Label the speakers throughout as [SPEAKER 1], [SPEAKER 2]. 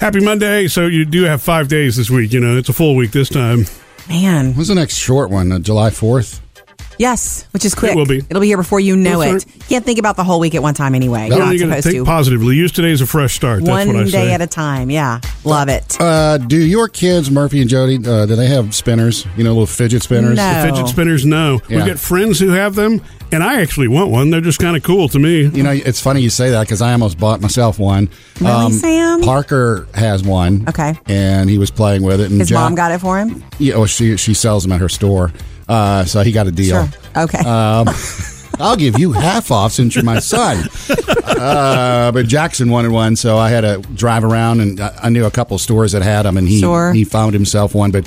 [SPEAKER 1] Happy Monday. So you do have five days this week. You know, it's a full week this time.
[SPEAKER 2] Man.
[SPEAKER 3] When's the next short one? Uh, July 4th?
[SPEAKER 2] Yes, which is quick.
[SPEAKER 1] will be.
[SPEAKER 2] It'll be here before you know
[SPEAKER 1] That's
[SPEAKER 2] it. Can't think about the whole week at one time anyway.
[SPEAKER 1] What
[SPEAKER 2] You're
[SPEAKER 1] are
[SPEAKER 2] not
[SPEAKER 1] you gonna
[SPEAKER 2] supposed to.
[SPEAKER 1] think positively? Use today as a fresh start. That's what I
[SPEAKER 2] one
[SPEAKER 1] say.
[SPEAKER 2] day at a time. Yeah. Love it.
[SPEAKER 3] Uh, do your kids, Murphy and Jody, uh, do they have spinners? You know, little fidget spinners?
[SPEAKER 2] No.
[SPEAKER 1] Fidget spinners, no.
[SPEAKER 3] Yeah.
[SPEAKER 1] We've got friends who have them, and I actually want one. They're just kind of cool to me.
[SPEAKER 3] You know, it's funny you say that because I almost bought myself one. Um,
[SPEAKER 2] Really, Sam?
[SPEAKER 3] Parker has one.
[SPEAKER 2] Okay.
[SPEAKER 3] And he was playing with it. And
[SPEAKER 2] His
[SPEAKER 3] John-
[SPEAKER 2] mom got it for him?
[SPEAKER 3] Yeah, well, she, she sells them at her store. Uh, so he got a deal.
[SPEAKER 2] Sure. Okay.
[SPEAKER 3] Um, I'll give you half off since you're my son. Uh, but Jackson wanted one, so I had to drive around, and I I knew a couple stores that had them, and he
[SPEAKER 2] Sure.
[SPEAKER 3] he found himself one. But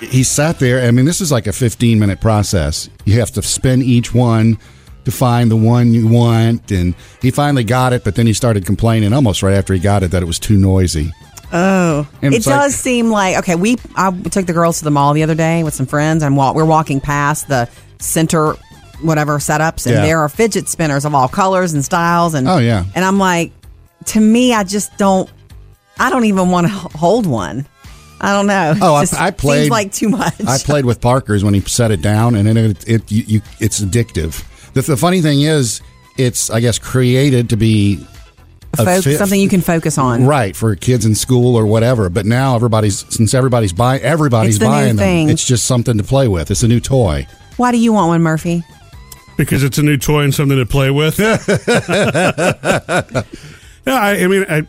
[SPEAKER 3] he sat there. I mean, this is like a 15 minute process. You have to spin each one to find the one you want, and he finally got it. But then he started complaining almost right after he got it that it was too noisy.
[SPEAKER 2] Oh,
[SPEAKER 3] And
[SPEAKER 2] it
[SPEAKER 3] it's
[SPEAKER 2] does
[SPEAKER 3] like-
[SPEAKER 2] seem like okay. We I took the girls to the mall the other day with some friends, and walk, we're walking past the center, whatever setups, and
[SPEAKER 3] Yeah.
[SPEAKER 2] there are fidget spinners of all colors and styles, and
[SPEAKER 3] Oh, yeah.
[SPEAKER 2] and I'm like, to me, I just don't, I don't even want to hold one. I don't know. It
[SPEAKER 3] Oh, I-
[SPEAKER 2] just
[SPEAKER 3] I played-
[SPEAKER 2] seems like too much.
[SPEAKER 3] I played with Parker's when he set it down, and then it, it you, you it's addictive. The, the funny thing is, it's I guess created to be a
[SPEAKER 2] Fo-
[SPEAKER 3] fi-
[SPEAKER 2] something you can focus on.
[SPEAKER 3] right for kids in school or whatever. But now everybody's since everybody's buying everybody's
[SPEAKER 2] It's the new
[SPEAKER 3] buying them.
[SPEAKER 2] thing.
[SPEAKER 3] It's just something to play with. It's a new toy.
[SPEAKER 2] Why do you want one, Murphy?
[SPEAKER 1] because it's a new toy and something to play with. yeah, I, I mean, I,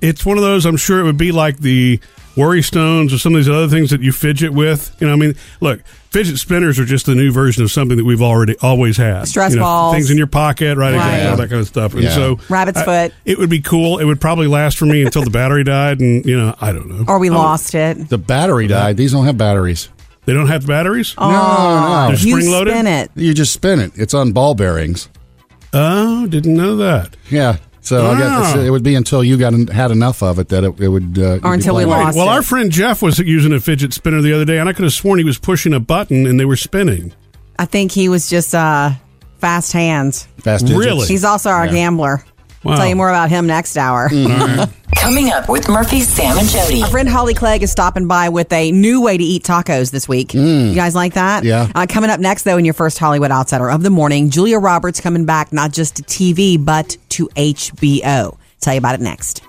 [SPEAKER 1] it's one of those. I'm sure it would be like the worry stones or some of these other things that you fidget with. You know, I mean, look, fidget spinners are just the new version of something that we've already always had.
[SPEAKER 2] Stress
[SPEAKER 1] you know,
[SPEAKER 2] balls.
[SPEAKER 1] things in your pocket, right? Exactly,
[SPEAKER 2] Right.
[SPEAKER 1] all that kind of stuff. And
[SPEAKER 3] Yeah.
[SPEAKER 1] so,
[SPEAKER 2] Rabbit's
[SPEAKER 1] I-
[SPEAKER 2] foot.
[SPEAKER 1] It would be cool. It would probably last for me until the battery died, and you know, I don't know.
[SPEAKER 2] Or we
[SPEAKER 3] Oh.
[SPEAKER 2] lost it?
[SPEAKER 3] The battery died. These don't have batteries.
[SPEAKER 1] They don't have the batteries.
[SPEAKER 2] Oh,
[SPEAKER 3] no.
[SPEAKER 1] They're
[SPEAKER 2] you
[SPEAKER 1] spring-loaded?
[SPEAKER 2] spin it.
[SPEAKER 3] You just spin it. It's on ball bearings.
[SPEAKER 1] Oh, didn't know that.
[SPEAKER 3] Yeah. So I guess
[SPEAKER 1] Wow.
[SPEAKER 3] it would be until you got en- had enough of it that it, it would. Uh, you'd be
[SPEAKER 2] until we
[SPEAKER 3] playing.
[SPEAKER 2] lost.
[SPEAKER 1] Right. Well,
[SPEAKER 2] it.
[SPEAKER 1] our friend Jeff was using a fidget spinner the other day, and I could have sworn he was pushing a button and they were spinning.
[SPEAKER 2] I think he was just uh, fast hands.
[SPEAKER 3] Fast digits.
[SPEAKER 1] Really?
[SPEAKER 2] He's also our
[SPEAKER 3] Yeah. Mm.
[SPEAKER 2] gambler.
[SPEAKER 1] Wow.
[SPEAKER 2] I'll tell you more about him next hour.
[SPEAKER 4] Coming up with Murphy, Sam, and Jody.
[SPEAKER 2] Friend Holly Clegg is stopping by with a new way to eat tacos this week. You guys like that?
[SPEAKER 3] Mm. Yeah.
[SPEAKER 2] Uh, coming up next, though, in your first Hollywood Outsider of the morning, Julia Roberts coming back not just to TV, but to HBO. Tell you about it next.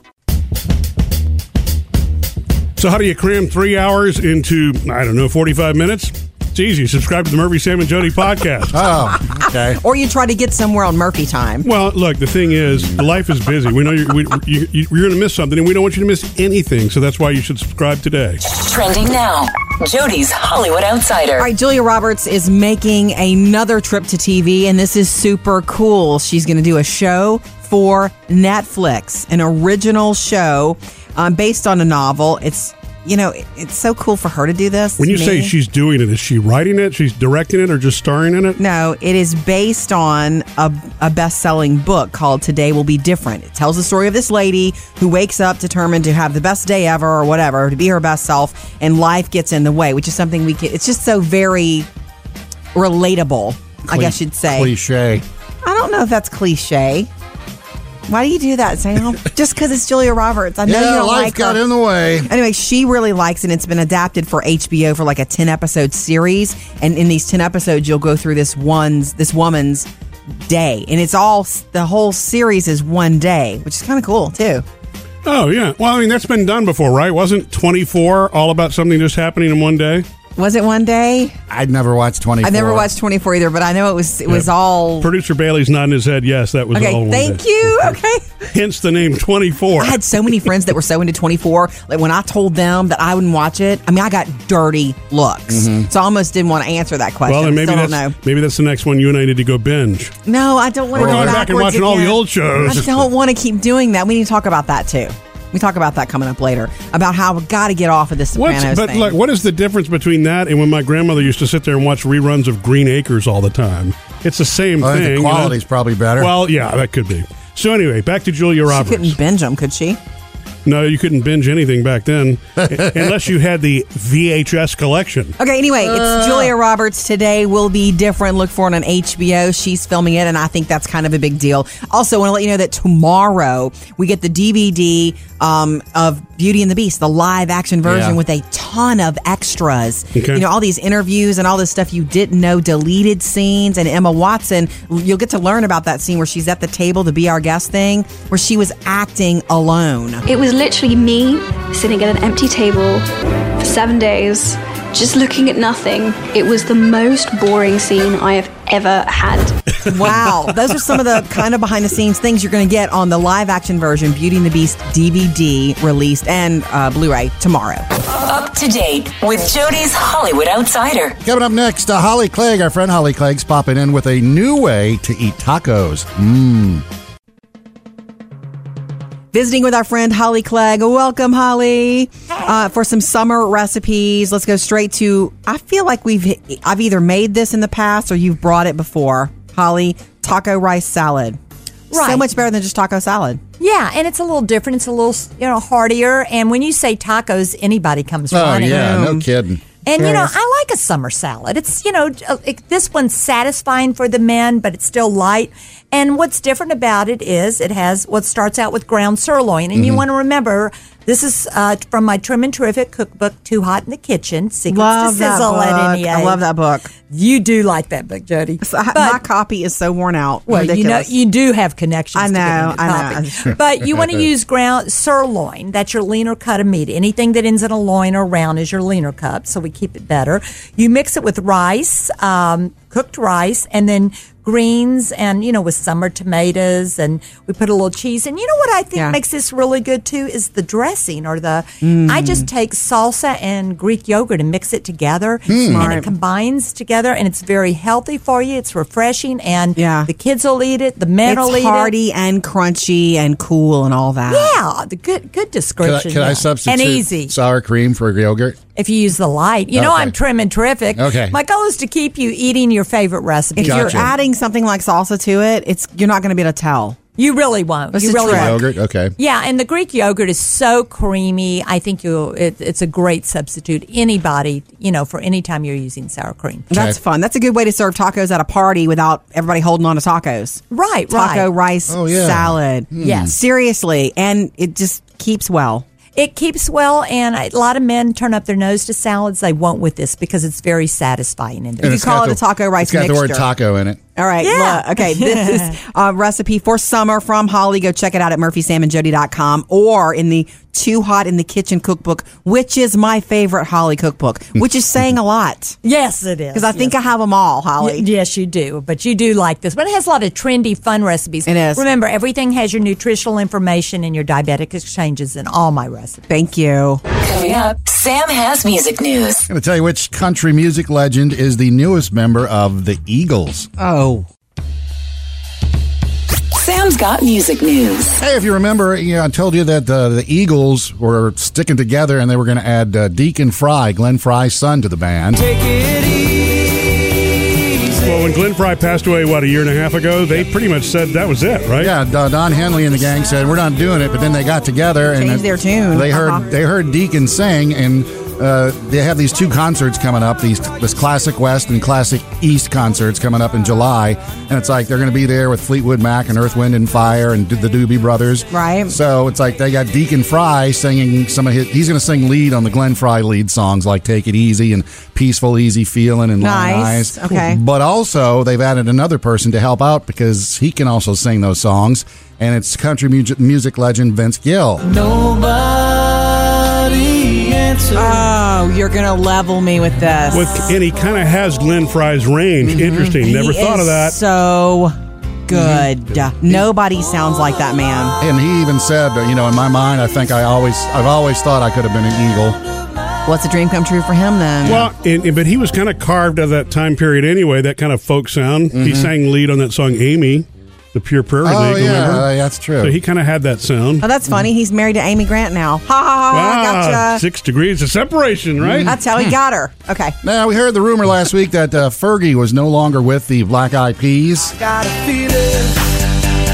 [SPEAKER 1] So, how do you cram three hours into, I don't know, 45 minutes? It's easy. Subscribe to the Murphy, Sam, and Jody podcast.
[SPEAKER 3] Oh, okay.
[SPEAKER 2] Or you try to get somewhere on Murphy time.
[SPEAKER 1] Well, look, the thing is, life is busy. We know you're, we, you, you- you're going to miss something, and we don't want you to miss anything. So, that's why you should subscribe today.
[SPEAKER 4] Trending now. Jody's Hollywood Outsider.
[SPEAKER 2] All right, Julia Roberts is making another trip to TV, and this is super cool. She's going to do a show for Netflix, an original show um, based on a novel. It's you know, it- it's so cool for her to do this.
[SPEAKER 1] When you
[SPEAKER 2] to
[SPEAKER 1] say
[SPEAKER 2] me.
[SPEAKER 1] she's doing it, is she writing it, she's directing it, or just starring in it?
[SPEAKER 2] No, it is based on a, a best selling book called Today Will Be Different. It tells the story of this lady who wakes up determined to have the best day ever or whatever, to be her best self, and life gets in the way, which is something we can, it's just so very relatable, I guess you'd say.
[SPEAKER 3] Cliche.
[SPEAKER 2] I don't know if that's cliche. Why do you do that, Sam? just because it's Julia Roberts. I know you
[SPEAKER 3] yeah,
[SPEAKER 2] don't
[SPEAKER 3] life
[SPEAKER 2] like
[SPEAKER 3] got
[SPEAKER 2] her.
[SPEAKER 3] in the way.
[SPEAKER 2] Anyway, she really likes it. and It's been adapted for HBO for like a ten episode series, and in these ten episodes, you'll go through this one's this woman's day, and it's all the whole series is one day, which is kind of cool too.
[SPEAKER 1] Oh, yeah. Well, I mean, that's been done before, right? Wasn't 24 all about something just happening in one day?
[SPEAKER 2] Was it one day?
[SPEAKER 3] I'd never watched 24.
[SPEAKER 2] I never watched twenty four either, but I know it was it was all
[SPEAKER 1] Producer Bailey's nodding his head. Yes, that was all.
[SPEAKER 2] okay.
[SPEAKER 1] one
[SPEAKER 2] Thank
[SPEAKER 1] day.
[SPEAKER 2] you. Okay.
[SPEAKER 1] Hence the name 24.
[SPEAKER 2] I had so many friends that were so into 24. Like when I told them that I wouldn't watch it, I mean, I got dirty looks. So I almost didn't want to answer that question.
[SPEAKER 1] Mm-hmm. Well, then maybe
[SPEAKER 2] Still
[SPEAKER 1] that's
[SPEAKER 2] don't know.
[SPEAKER 1] maybe that's the next one you and I need to go binge.
[SPEAKER 2] No, I don't want
[SPEAKER 1] We're
[SPEAKER 2] to
[SPEAKER 1] going
[SPEAKER 2] go
[SPEAKER 1] back and
[SPEAKER 2] backwards
[SPEAKER 1] watching all the
[SPEAKER 2] again.
[SPEAKER 1] old shows.
[SPEAKER 2] I don't want to keep doing that. We need to talk about that too. We talk about that coming up later about how we got to get off of this
[SPEAKER 1] What's,
[SPEAKER 2] Sopranos
[SPEAKER 1] but
[SPEAKER 2] thing.
[SPEAKER 1] look, what is the difference between that and when my grandmother used to sit there and watch reruns of Green Acres all the time? It's the same
[SPEAKER 3] I
[SPEAKER 1] thing.
[SPEAKER 3] think the
[SPEAKER 1] you know?
[SPEAKER 3] quality's probably better.
[SPEAKER 1] Well, yeah, that could be. So anyway, back to Julia
[SPEAKER 2] she
[SPEAKER 1] Roberts.
[SPEAKER 2] couldn't binge them, could she?
[SPEAKER 1] No, you couldn't binge anything back then unless you had the VHS collection.
[SPEAKER 2] Okay, anyway, it's Julia Roberts. Today will be different. Look for it on HBO. She's filming it, and I think that's kind of a big deal. Also, want to let you know that tomorrow we get the DVD um, of Beauty and the Beast, the live action version
[SPEAKER 3] Yeah.
[SPEAKER 2] with a ton of extras.
[SPEAKER 1] Okay.
[SPEAKER 2] You know, all these interviews and all this stuff you didn't know, deleted scenes, and Emma Watson. You'll get to learn about that scene where she's at the table, the Be Our Guest thing, where she was acting alone.
[SPEAKER 5] It was literally me sitting at an empty table for seven days, just looking at nothing. It was the most boring scene I have ever had.
[SPEAKER 2] Wow. Those are some of the kind of behind the scenes things you're going to get on the live action version Beauty and the Beast DVD released and uh, Blu ray tomorrow.
[SPEAKER 4] Up to date with Jody's Hollywood Outsider.
[SPEAKER 3] Coming up next, uh, Holly Clegg, our friend Holly Clegg's popping in with a new way to eat tacos.
[SPEAKER 2] Oh, Visiting with our friend Holly Clegg. Welcome, Holly, uh, for some summer recipes. Let's go straight to. I feel like we've I've either made this in the past or you've brought it before. Holly, taco rice salad. So
[SPEAKER 6] Right.
[SPEAKER 2] much better than just taco salad.
[SPEAKER 6] Yeah, and it's a little different. It's a little, you know, heartier. And when you say tacos, anybody comes
[SPEAKER 3] Oh,
[SPEAKER 6] running.
[SPEAKER 3] no kidding.
[SPEAKER 6] And you know,
[SPEAKER 2] Yes.
[SPEAKER 6] I like a summer salad. It's you know, uh, it, this one's satisfying for the men, but it's still light. And what's different about it is it has what starts out with ground sirloin, and you want to remember this is uh, from my Trim and Terrific cookbook, Too Hot in the Kitchen, Secrets
[SPEAKER 2] Love
[SPEAKER 6] to
[SPEAKER 2] that
[SPEAKER 6] Sizzle
[SPEAKER 2] book.
[SPEAKER 6] at NEA.
[SPEAKER 2] I love that book.
[SPEAKER 6] You do like that book, Jody.
[SPEAKER 2] So I-
[SPEAKER 6] But-
[SPEAKER 2] my copy is so worn out.
[SPEAKER 6] well,
[SPEAKER 2] Ridiculous.
[SPEAKER 6] you know, you do have connections.
[SPEAKER 2] I
[SPEAKER 6] to getting
[SPEAKER 2] know,
[SPEAKER 6] the
[SPEAKER 2] I know.
[SPEAKER 6] topic.
[SPEAKER 2] I'm sure.
[SPEAKER 6] But you want to use ground sirloin. That's your leaner cut of meat. Anything that ends in a loin or round is your leaner cut. So we keep it better. You mix it with rice, um, cooked rice, and then greens, and you know, with summer tomatoes, and we put a little cheese. And you know what I think
[SPEAKER 2] Yeah. Mm.
[SPEAKER 6] makes this really good too is the dressing or the. I just take salsa and Greek yogurt and mix it together,
[SPEAKER 2] Mm.
[SPEAKER 6] and it combines together, and it's very healthy for you. It's refreshing, and
[SPEAKER 2] Yeah.
[SPEAKER 6] the kids will eat it. The men will
[SPEAKER 2] it's
[SPEAKER 6] eat it.
[SPEAKER 2] hearty and crunchy and cool and all that.
[SPEAKER 6] Yeah, the good good
[SPEAKER 3] Can I,
[SPEAKER 6] description.
[SPEAKER 3] can I
[SPEAKER 6] yeah.
[SPEAKER 3] substitute
[SPEAKER 6] and easy
[SPEAKER 3] sour cream for yogurt?
[SPEAKER 6] if you use the light? You know,
[SPEAKER 3] Okay.
[SPEAKER 6] I'm trim and terrific.
[SPEAKER 3] Okay.
[SPEAKER 6] my goal is to keep you eating your favorite
[SPEAKER 2] If
[SPEAKER 6] recipes.
[SPEAKER 3] Gotcha.
[SPEAKER 2] you're adding something like salsa to it, it's you're not going to be able to tell.
[SPEAKER 6] You really won't.
[SPEAKER 2] It's
[SPEAKER 6] you
[SPEAKER 2] a
[SPEAKER 6] really
[SPEAKER 2] trick.
[SPEAKER 6] won't.
[SPEAKER 3] Yogurt? Okay.
[SPEAKER 6] Yeah, and the Greek yogurt is so creamy. I think you it, it's a great substitute. Anybody, you know, for any time you're using sour cream.
[SPEAKER 2] That's fun. That's a good way to serve tacos at a party without everybody holding on to tacos.
[SPEAKER 6] Right,
[SPEAKER 2] Taco
[SPEAKER 6] right.
[SPEAKER 2] rice
[SPEAKER 3] Oh, yeah.
[SPEAKER 2] salad.
[SPEAKER 6] Yes.
[SPEAKER 2] Seriously, and it just keeps well.
[SPEAKER 6] It keeps well, and a lot of men turn up their nose to salads. They won't with this because it's very satisfying in there.
[SPEAKER 2] You
[SPEAKER 3] It's
[SPEAKER 2] call
[SPEAKER 3] got
[SPEAKER 2] it a taco rice
[SPEAKER 3] It's got the word
[SPEAKER 2] mixture.
[SPEAKER 3] taco in it.
[SPEAKER 2] All right.
[SPEAKER 6] Yeah.
[SPEAKER 2] look, okay. This is a recipe for summer from Holly. Go check it out at murphysamandjody.com or in the Too Hot in the Kitchen cookbook, which is my favorite Holly cookbook, which is saying a lot
[SPEAKER 6] Yes, it is.
[SPEAKER 2] because I think I have them all, Holly.
[SPEAKER 6] Y- Yes, you do, but you do like this. But it has a lot of trendy, fun recipes.
[SPEAKER 2] It is.
[SPEAKER 6] Remember, everything has your nutritional information and your diabetic exchanges in all my recipes.
[SPEAKER 2] Thank you.
[SPEAKER 4] Coming up, Sam has music news.
[SPEAKER 3] I'm going to tell you which country music legend is the newest member of the Eagles.
[SPEAKER 2] Oh.
[SPEAKER 4] Sam's got music news.
[SPEAKER 3] Hey, if you remember, you know, I told you that uh, the, the Eagles were sticking together and they were going to add uh, Deacon Fry, Glenn Fry's son, to the band.
[SPEAKER 1] Well, when Glenn Fry passed away, what, a year and a half ago, they pretty much said that was it, right?
[SPEAKER 3] Yeah, Don Don Henley and the gang said we're not doing it, but then they got together and
[SPEAKER 2] Changed their tune.
[SPEAKER 3] They heard
[SPEAKER 2] Uh-huh.
[SPEAKER 3] they heard Deacon sing, and uh, they have these two concerts coming up. These this classic West and classic East concerts coming up in July, and it's like they're going to be there with Fleetwood Mac and Earth, Wind and Fire and the Doobie Brothers.
[SPEAKER 2] Right.
[SPEAKER 3] So it's like they got Deacon Fry singing some of his. He's going to sing lead on the Glenn Fry lead songs like "Take It Easy" and "Peaceful Easy Feeling" and "Long
[SPEAKER 2] Nice.
[SPEAKER 3] Eyes."
[SPEAKER 2] Okay.
[SPEAKER 3] But also, they've added another person to help out because he can also sing those songs, and it's country mu- music legend Vince Gill.
[SPEAKER 2] Oh, you're going to level me with this.
[SPEAKER 1] With, and he kind of has Glenn Fry's range.
[SPEAKER 3] Mm-hmm.
[SPEAKER 1] Interesting. Never
[SPEAKER 2] He
[SPEAKER 1] thought of
[SPEAKER 2] is
[SPEAKER 1] that.
[SPEAKER 2] So good. Nobody sounds like that man.
[SPEAKER 3] And he even said, you know, in my mind, I think I always, I've always thought I could have been an eagle.
[SPEAKER 2] What's a dream come true for him then?
[SPEAKER 1] Well, and, and- but he was kind of carved out of that time period anyway, that kind of folk sound. He sang lead on that song Amy, the Pure Prairie
[SPEAKER 3] Mm-hmm. Oh
[SPEAKER 1] League,
[SPEAKER 3] yeah,
[SPEAKER 1] remember?
[SPEAKER 3] uh, that's true.
[SPEAKER 1] So he kind of had that sound.
[SPEAKER 2] Oh, that's funny. He's married to Amy Grant now. Ha ha ha! ha
[SPEAKER 1] Ah, Hmm.
[SPEAKER 2] Gotcha. Mm-hmm.
[SPEAKER 1] Six degrees of separation, right?
[SPEAKER 2] That's how he got her. Okay.
[SPEAKER 3] now we heard the rumor last week that uh, Fergie was no longer with the Black Eyed Peas.
[SPEAKER 2] That's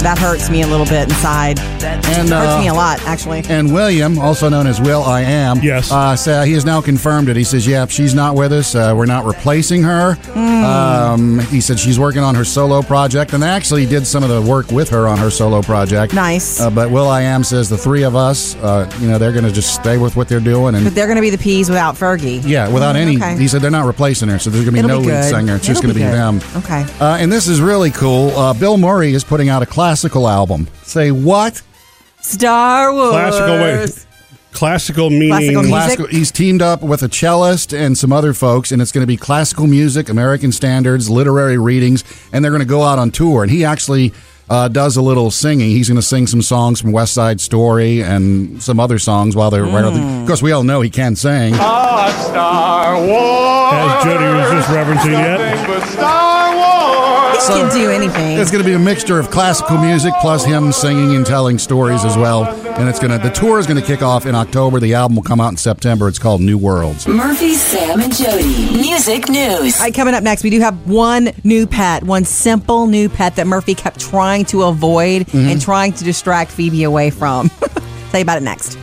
[SPEAKER 2] That hurts me a little bit inside.
[SPEAKER 3] And, uh,
[SPEAKER 1] Uh-huh.
[SPEAKER 2] hurts me a lot, actually.
[SPEAKER 3] And William, also known as Will I Am,
[SPEAKER 1] Yes.
[SPEAKER 3] uh, sa he has now confirmed it. He says, "Yep, she's not with us. Uh, we're not replacing her."
[SPEAKER 2] Hmm.
[SPEAKER 3] Um, he said she's working on her solo project, and I actually did some of the work with her on her solo project.
[SPEAKER 2] Nice.
[SPEAKER 3] Uh, but Will I Am says the three of us, uh, you know, they're going to just stay with what they're doing, and
[SPEAKER 2] But they're going to be the peas without Fergie.
[SPEAKER 3] yeah, without
[SPEAKER 2] Mm,
[SPEAKER 3] any.
[SPEAKER 2] okay.
[SPEAKER 3] He said they're not replacing her, so there's going to be
[SPEAKER 2] It'll
[SPEAKER 3] no
[SPEAKER 2] be
[SPEAKER 3] lead
[SPEAKER 2] good.
[SPEAKER 3] singer. It's just
[SPEAKER 2] It'll
[SPEAKER 3] going to
[SPEAKER 2] be
[SPEAKER 3] be
[SPEAKER 2] good.
[SPEAKER 3] them.
[SPEAKER 2] Okay.
[SPEAKER 3] Uh, and this is really cool. Uh, Bill Murray is putting out a classical album. Say what?
[SPEAKER 2] Star Wars.
[SPEAKER 1] Classical way. Classical meaning.
[SPEAKER 2] Classical music.
[SPEAKER 3] classical. He's teamed up with a cellist and some other folks, and it's going to be classical music, American standards, literary readings, and they're going to go out on tour. And he actually uh, does a little singing. He's going to sing some songs from West Side Story and some other songs while they're.
[SPEAKER 2] Hmm.
[SPEAKER 3] Of course, we all know he can sing.
[SPEAKER 7] A Star Wars.
[SPEAKER 1] As Jody was just referencing, yeah.
[SPEAKER 7] Nothing but Star Wars.
[SPEAKER 2] He can do anything.
[SPEAKER 3] It's going to be a mixture of classical music plus him singing and telling stories as well. And it's going to the tour is going to kick off in October. The album will come out in September. It's called New Worlds.
[SPEAKER 4] Murphy, Sam, and Jody. Music news.
[SPEAKER 2] All right, coming up next, we do have one new pet, one simple new pet that Murphy kept trying to avoid and trying to distract Phoebe away from. Tell you about it next.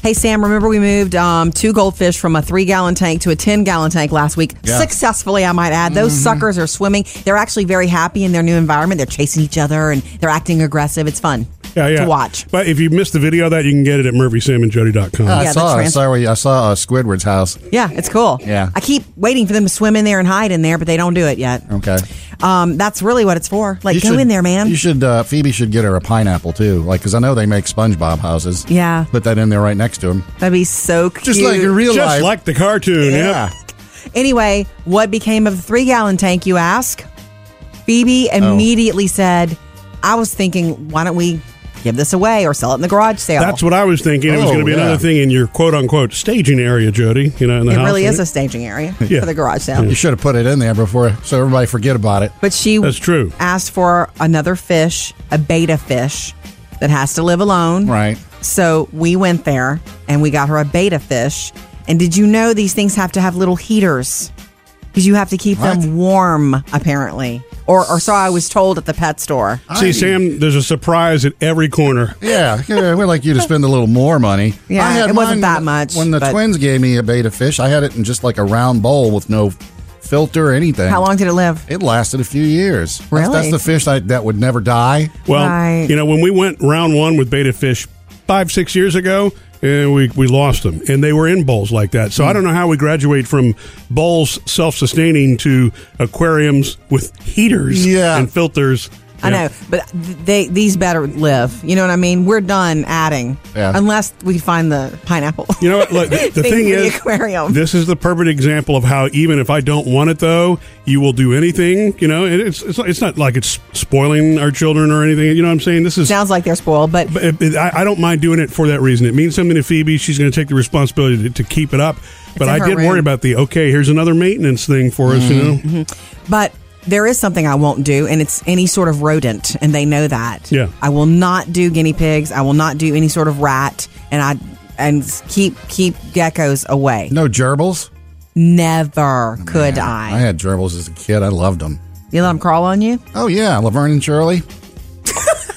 [SPEAKER 2] Hey, Sam, remember we moved um, two goldfish from a three gallon tank to a 10 gallon tank last week?
[SPEAKER 3] Yeah.
[SPEAKER 2] Successfully, I might add. Those suckers are swimming. They're actually very happy in their new environment. They're chasing each other and they're acting aggressive. It's fun
[SPEAKER 1] yeah, yeah.
[SPEAKER 2] to watch.
[SPEAKER 1] But if you missed the video of that, you can get it at murphysamandjody.com.
[SPEAKER 3] Ah, I
[SPEAKER 2] Yeah,
[SPEAKER 3] saw.
[SPEAKER 2] that's
[SPEAKER 3] I
[SPEAKER 2] trans-
[SPEAKER 3] saw. I saw uh, Squidward's house.
[SPEAKER 2] Yeah, it's cool.
[SPEAKER 3] Yeah.
[SPEAKER 2] I keep waiting for them to swim in there and hide in there, but they don't do it yet.
[SPEAKER 3] Okay.
[SPEAKER 2] Um, that's really what it's for. Like,
[SPEAKER 3] You
[SPEAKER 2] go
[SPEAKER 3] should-
[SPEAKER 2] in there, man.
[SPEAKER 3] You should. Uh, Phoebe should get her a pineapple too, like because I know they make SpongeBob houses.
[SPEAKER 2] Yeah.
[SPEAKER 3] Put that in there right next to him,
[SPEAKER 2] That'd be so cute.
[SPEAKER 3] just like in real
[SPEAKER 1] Just
[SPEAKER 3] life.
[SPEAKER 1] like the cartoon.
[SPEAKER 3] yeah.
[SPEAKER 2] anyway, what became of the three gallon tank, you ask? Phoebe immediately said, I was thinking, why don't we give this away or sell it in the garage sale?
[SPEAKER 1] That's what I was thinking. it was
[SPEAKER 3] Oh,
[SPEAKER 1] going to be
[SPEAKER 3] yeah.
[SPEAKER 1] another thing in your quote unquote staging area, Jody. You know, in the
[SPEAKER 2] it
[SPEAKER 1] house.
[SPEAKER 2] really
[SPEAKER 1] right?
[SPEAKER 2] is a staging area
[SPEAKER 1] Yeah.
[SPEAKER 2] for the garage sale.
[SPEAKER 3] You should have put it in there before, so everybody forget about it.
[SPEAKER 2] But she
[SPEAKER 1] That's true.
[SPEAKER 2] asked for another fish, a beta fish that has to live alone.
[SPEAKER 3] Right.
[SPEAKER 2] So we went there and we got her a beta fish. And did you know these things have to have little heaters? Because you have to keep
[SPEAKER 3] What?
[SPEAKER 2] them warm, apparently. Or, or so I was told at the pet store.
[SPEAKER 1] See, Sam, there's a surprise at every corner.
[SPEAKER 3] Yeah, yeah, we'd like you to spend a little more money.
[SPEAKER 2] Yeah, it wasn't that much,
[SPEAKER 3] When the
[SPEAKER 2] but-
[SPEAKER 3] twins gave me a beta fish, I had it in just like a round bowl with no filter or anything.
[SPEAKER 2] How long did it live?
[SPEAKER 3] It lasted a few years. That's-
[SPEAKER 2] Really?
[SPEAKER 3] That's, the fish that, that would never die.
[SPEAKER 1] Well,
[SPEAKER 2] Right.
[SPEAKER 1] you know, when we went round one with beta fish five, six years ago, and we, we lost them, and they were in bowls like that.
[SPEAKER 2] Hmm.
[SPEAKER 1] So I don't know how we graduate from bowls self sustaining to aquariums with heaters
[SPEAKER 3] Yeah.
[SPEAKER 1] and filters.
[SPEAKER 2] I know, but th- they these better live. You know what I mean? We're done adding,
[SPEAKER 3] Yeah.
[SPEAKER 2] unless we find the pineapple.
[SPEAKER 1] You know what? Look, the, the
[SPEAKER 2] Thing
[SPEAKER 1] thing
[SPEAKER 2] for the
[SPEAKER 1] is,
[SPEAKER 2] aquarium.
[SPEAKER 1] this is the perfect example of how even if I don't want it, though, you will do anything. You know, and it's it's, it's not like it's spoiling our children or anything. You know what I'm saying? This is.
[SPEAKER 2] Sounds like they're spoiled, but
[SPEAKER 1] but it- it- I, I don't mind doing it for that reason. It means something to Phoebe. She's going to take the responsibility to, to keep it up. but
[SPEAKER 2] in her
[SPEAKER 1] I did
[SPEAKER 2] room. Mm-hmm.
[SPEAKER 1] worry about the okay. Here's another maintenance thing for us. You know,
[SPEAKER 2] But there is something I won't do, and it's any sort of rodent, and they know that.
[SPEAKER 1] Yeah.
[SPEAKER 2] I will not do guinea pigs. I will not do any sort of rat, and I and keep keep geckos away.
[SPEAKER 3] No gerbils?
[SPEAKER 2] Never could
[SPEAKER 3] I
[SPEAKER 2] I.
[SPEAKER 3] had gerbils as a kid. I loved them.
[SPEAKER 2] You let them crawl on you.
[SPEAKER 3] Oh, yeah. Laverne and Shirley.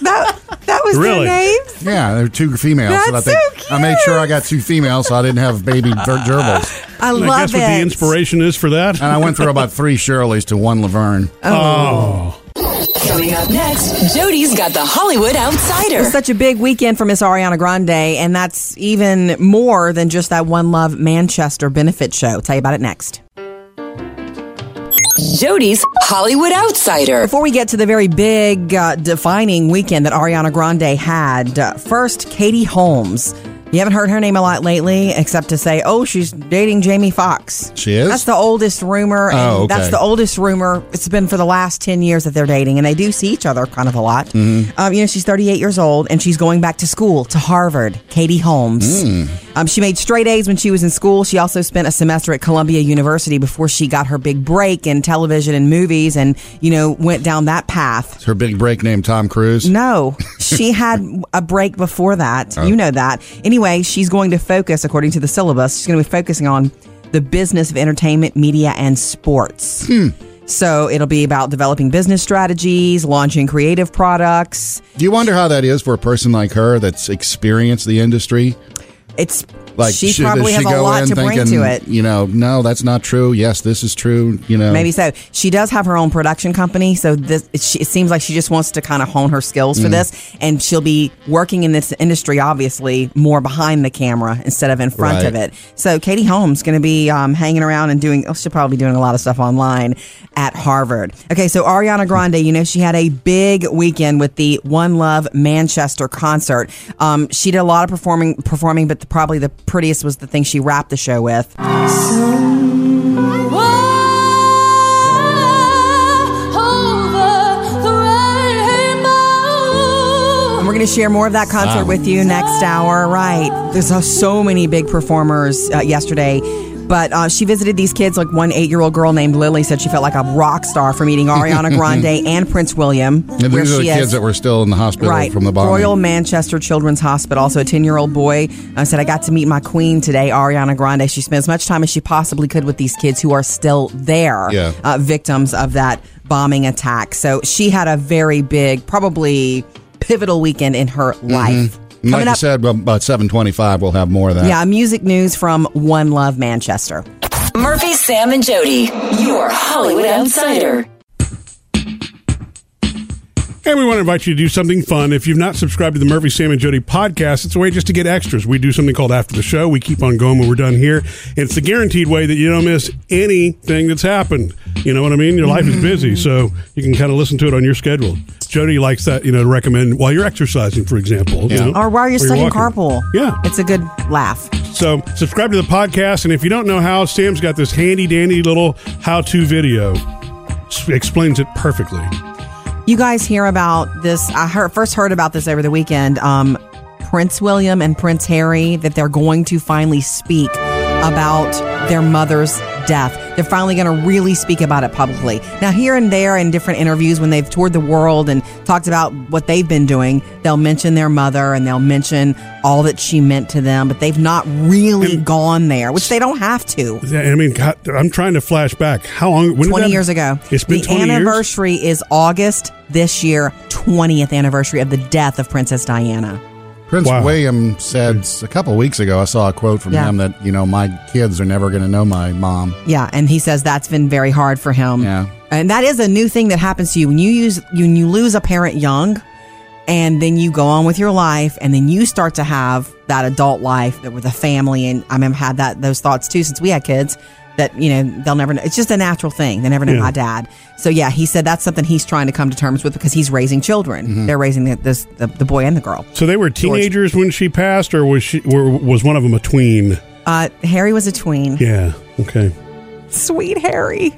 [SPEAKER 2] That that was
[SPEAKER 1] Really?
[SPEAKER 2] their names.
[SPEAKER 3] Yeah, there were two females. so
[SPEAKER 2] That's
[SPEAKER 3] I,
[SPEAKER 2] so
[SPEAKER 3] I made sure I got two females so I didn't have baby ger- gerbils.
[SPEAKER 2] I
[SPEAKER 1] I
[SPEAKER 2] love
[SPEAKER 1] guess
[SPEAKER 2] it.
[SPEAKER 1] what the inspiration is for that.
[SPEAKER 3] And I went through about three Shirleys to one Laverne.
[SPEAKER 4] Coming up next, Jody's got the Hollywood Outsider.
[SPEAKER 2] It's such a big weekend for Miss Ariana Grande, and that's even more than just that One Love Manchester benefit show. Tell you about it next.
[SPEAKER 4] Jody's Hollywood Outsider.
[SPEAKER 2] Before we get to the very big uh, defining weekend that Ariana Grande had, uh, first, Katie Holmes. You haven't heard her name a lot lately, except to say, oh, she's dating Jamie Foxx.
[SPEAKER 3] She is?
[SPEAKER 2] That's the oldest rumor. And
[SPEAKER 3] Oh, okay.
[SPEAKER 2] That's the oldest rumor. It's been for the last 10 years that they're dating, and they do see each other kind of a lot.
[SPEAKER 3] Mm-hmm.
[SPEAKER 2] Um, you know, she's 38 years old, and she's going back to school to Harvard, Katie Holmes.
[SPEAKER 3] Mm.
[SPEAKER 2] Um, she made straight A's when she was in school. She also spent a semester at Columbia University before she got her big break in television and movies and, you know, went down that path.
[SPEAKER 3] Her big break named Tom Cruise.
[SPEAKER 2] No, she had a break before that.
[SPEAKER 3] Oh.
[SPEAKER 2] You know that. Anyway, she's going to focus, according to
[SPEAKER 3] Hmm.
[SPEAKER 2] the syllabus, she's going to be focusing on the business of entertainment, media, and sports. So it'll be about developing business strategies, launching creative products.
[SPEAKER 3] Do you wonder how that is for a person like her that's experienced the industry?
[SPEAKER 2] It's
[SPEAKER 3] Like
[SPEAKER 2] she
[SPEAKER 3] should-
[SPEAKER 2] probably
[SPEAKER 3] does
[SPEAKER 2] has
[SPEAKER 3] she
[SPEAKER 2] a
[SPEAKER 3] go
[SPEAKER 2] lot
[SPEAKER 3] in
[SPEAKER 2] to bring
[SPEAKER 3] thinking,
[SPEAKER 2] to it.
[SPEAKER 3] You know, no, that's not true. Yes, this is true. You know,
[SPEAKER 2] Maybe so. She does have her own production company, so this it, she, it seems like she just wants to kind of hone her skills
[SPEAKER 3] Mm.
[SPEAKER 2] for this, and she'll be working in this industry, obviously more behind the camera instead of in front of
[SPEAKER 3] Right.
[SPEAKER 2] it. So Katie Holmes going to be um, hanging around and doing. Oh, she'll probably be doing a lot of stuff online at Harvard. Okay, so Ariana Grande, you know, she had a big weekend with the One Love Manchester concert. Um, she did a lot of performing, performing, but the, probably the prettiest was the thing she wrapped the show with. And we're going to share more of that concert with you next hour. Right. There's uh, so many big performers uh, yesterday. But uh, she visited these kids, like one eight year old girl named Lily said she felt like a rock star for meeting Ariana Grande and Prince William.
[SPEAKER 3] And
[SPEAKER 2] where
[SPEAKER 3] these are the
[SPEAKER 2] she
[SPEAKER 3] kids
[SPEAKER 2] is.
[SPEAKER 3] that were still in the hospital
[SPEAKER 2] Right.
[SPEAKER 3] from the bombing.
[SPEAKER 2] Royal Manchester Children's Hospital. So a 10 year old boy uh, said, I got to meet my queen today, Ariana Grande. She spent as much time as she possibly could with these kids who are still there,
[SPEAKER 3] Yeah.
[SPEAKER 2] uh, victims of that bombing attack. So she had a very big, probably pivotal weekend in her life.
[SPEAKER 3] And Mm-hmm.
[SPEAKER 2] Coming
[SPEAKER 3] like you
[SPEAKER 2] up,
[SPEAKER 3] said, well, about seven twenty-five, we'll have more of that.
[SPEAKER 2] yeah, music news from One Love Manchester.
[SPEAKER 4] Murphy, Sam, and Jody, your Hollywood Outsider.
[SPEAKER 1] And we want to invite you to do something fun. If you've not subscribed to the Murphy, Sam, and Jody podcast, it's a way just to get extras. We do something called After the Show. We keep on going when we're done here. And it's the guaranteed way that you don't miss anything that's happened. You know what I mean? Your life is busy, so you can kind of listen to it on your schedule. Jody likes that, you know, to recommend while you're exercising, for example. you
[SPEAKER 3] Yeah.
[SPEAKER 1] know,
[SPEAKER 2] Or while you're stuck in
[SPEAKER 1] walking.
[SPEAKER 2] carpool.
[SPEAKER 1] Yeah.
[SPEAKER 2] It's a good laugh.
[SPEAKER 1] So subscribe to the podcast, and if you don't know how, Sam's got this handy dandy little how-to video. S- Explains it perfectly.
[SPEAKER 2] You guys hear about this? I heard, first heard about this over the weekend. Um, Prince William and Prince Harry that they're going to finally speak about their mother's death. They're finally going to really speak about it publicly. Now, here and there in different interviews, when they've toured the world and talked about what they've been doing, they'll mention their mother and they'll mention all that she meant to them, but they've not really gone there, which they don't have to.
[SPEAKER 1] Yeah, I mean, God, I'm trying to flash back. How long? When did
[SPEAKER 2] 20
[SPEAKER 1] that-
[SPEAKER 2] years ago.
[SPEAKER 1] It's been
[SPEAKER 2] the
[SPEAKER 1] 20 years.
[SPEAKER 2] anniversary is August this year, 20th anniversary of the death of Princess Diana.
[SPEAKER 3] Prince
[SPEAKER 1] Wow.
[SPEAKER 3] William said a couple weeks ago. I saw a quote from
[SPEAKER 2] Yeah.
[SPEAKER 3] him that you know my kids are never going to know my mom.
[SPEAKER 2] Yeah, and he says that's been very hard for him.
[SPEAKER 3] Yeah.
[SPEAKER 2] And that is a new thing that happens to you when you use when you lose a parent young and then you go on with your life and then you start to have that adult life that with a family and I mean I've had that those thoughts too since we had kids that you know they'll never know it's just a natural thing they never know
[SPEAKER 1] Yeah.
[SPEAKER 2] my dad so yeah he said that's something he's trying to come to terms with because he's raising children they're raising the, this, the the boy and the girl
[SPEAKER 1] So they were teenagers when she passed, or was she? Were, was one of them a tween?
[SPEAKER 2] uh, Harry was a tween
[SPEAKER 1] Yeah. Okay.
[SPEAKER 2] sweet Harry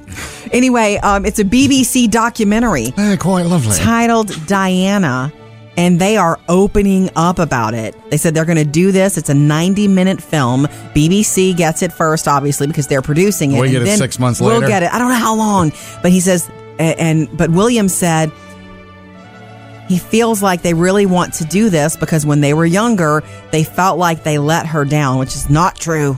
[SPEAKER 2] anyway um, it's a BBC documentary
[SPEAKER 3] Eh, quite lovely.
[SPEAKER 2] titled Diana, and they are opening up about it. They said they're going to do this. It's a 90 minute film. BBC gets it first, obviously, because they're producing it.
[SPEAKER 3] We
[SPEAKER 2] and
[SPEAKER 3] get it
[SPEAKER 2] then
[SPEAKER 3] six months
[SPEAKER 2] We'll
[SPEAKER 3] later.
[SPEAKER 2] get it. I don't know how long, but he says, a- and but William said he feels like they really want to do this because when they were younger, they felt like they let her down, which is not true.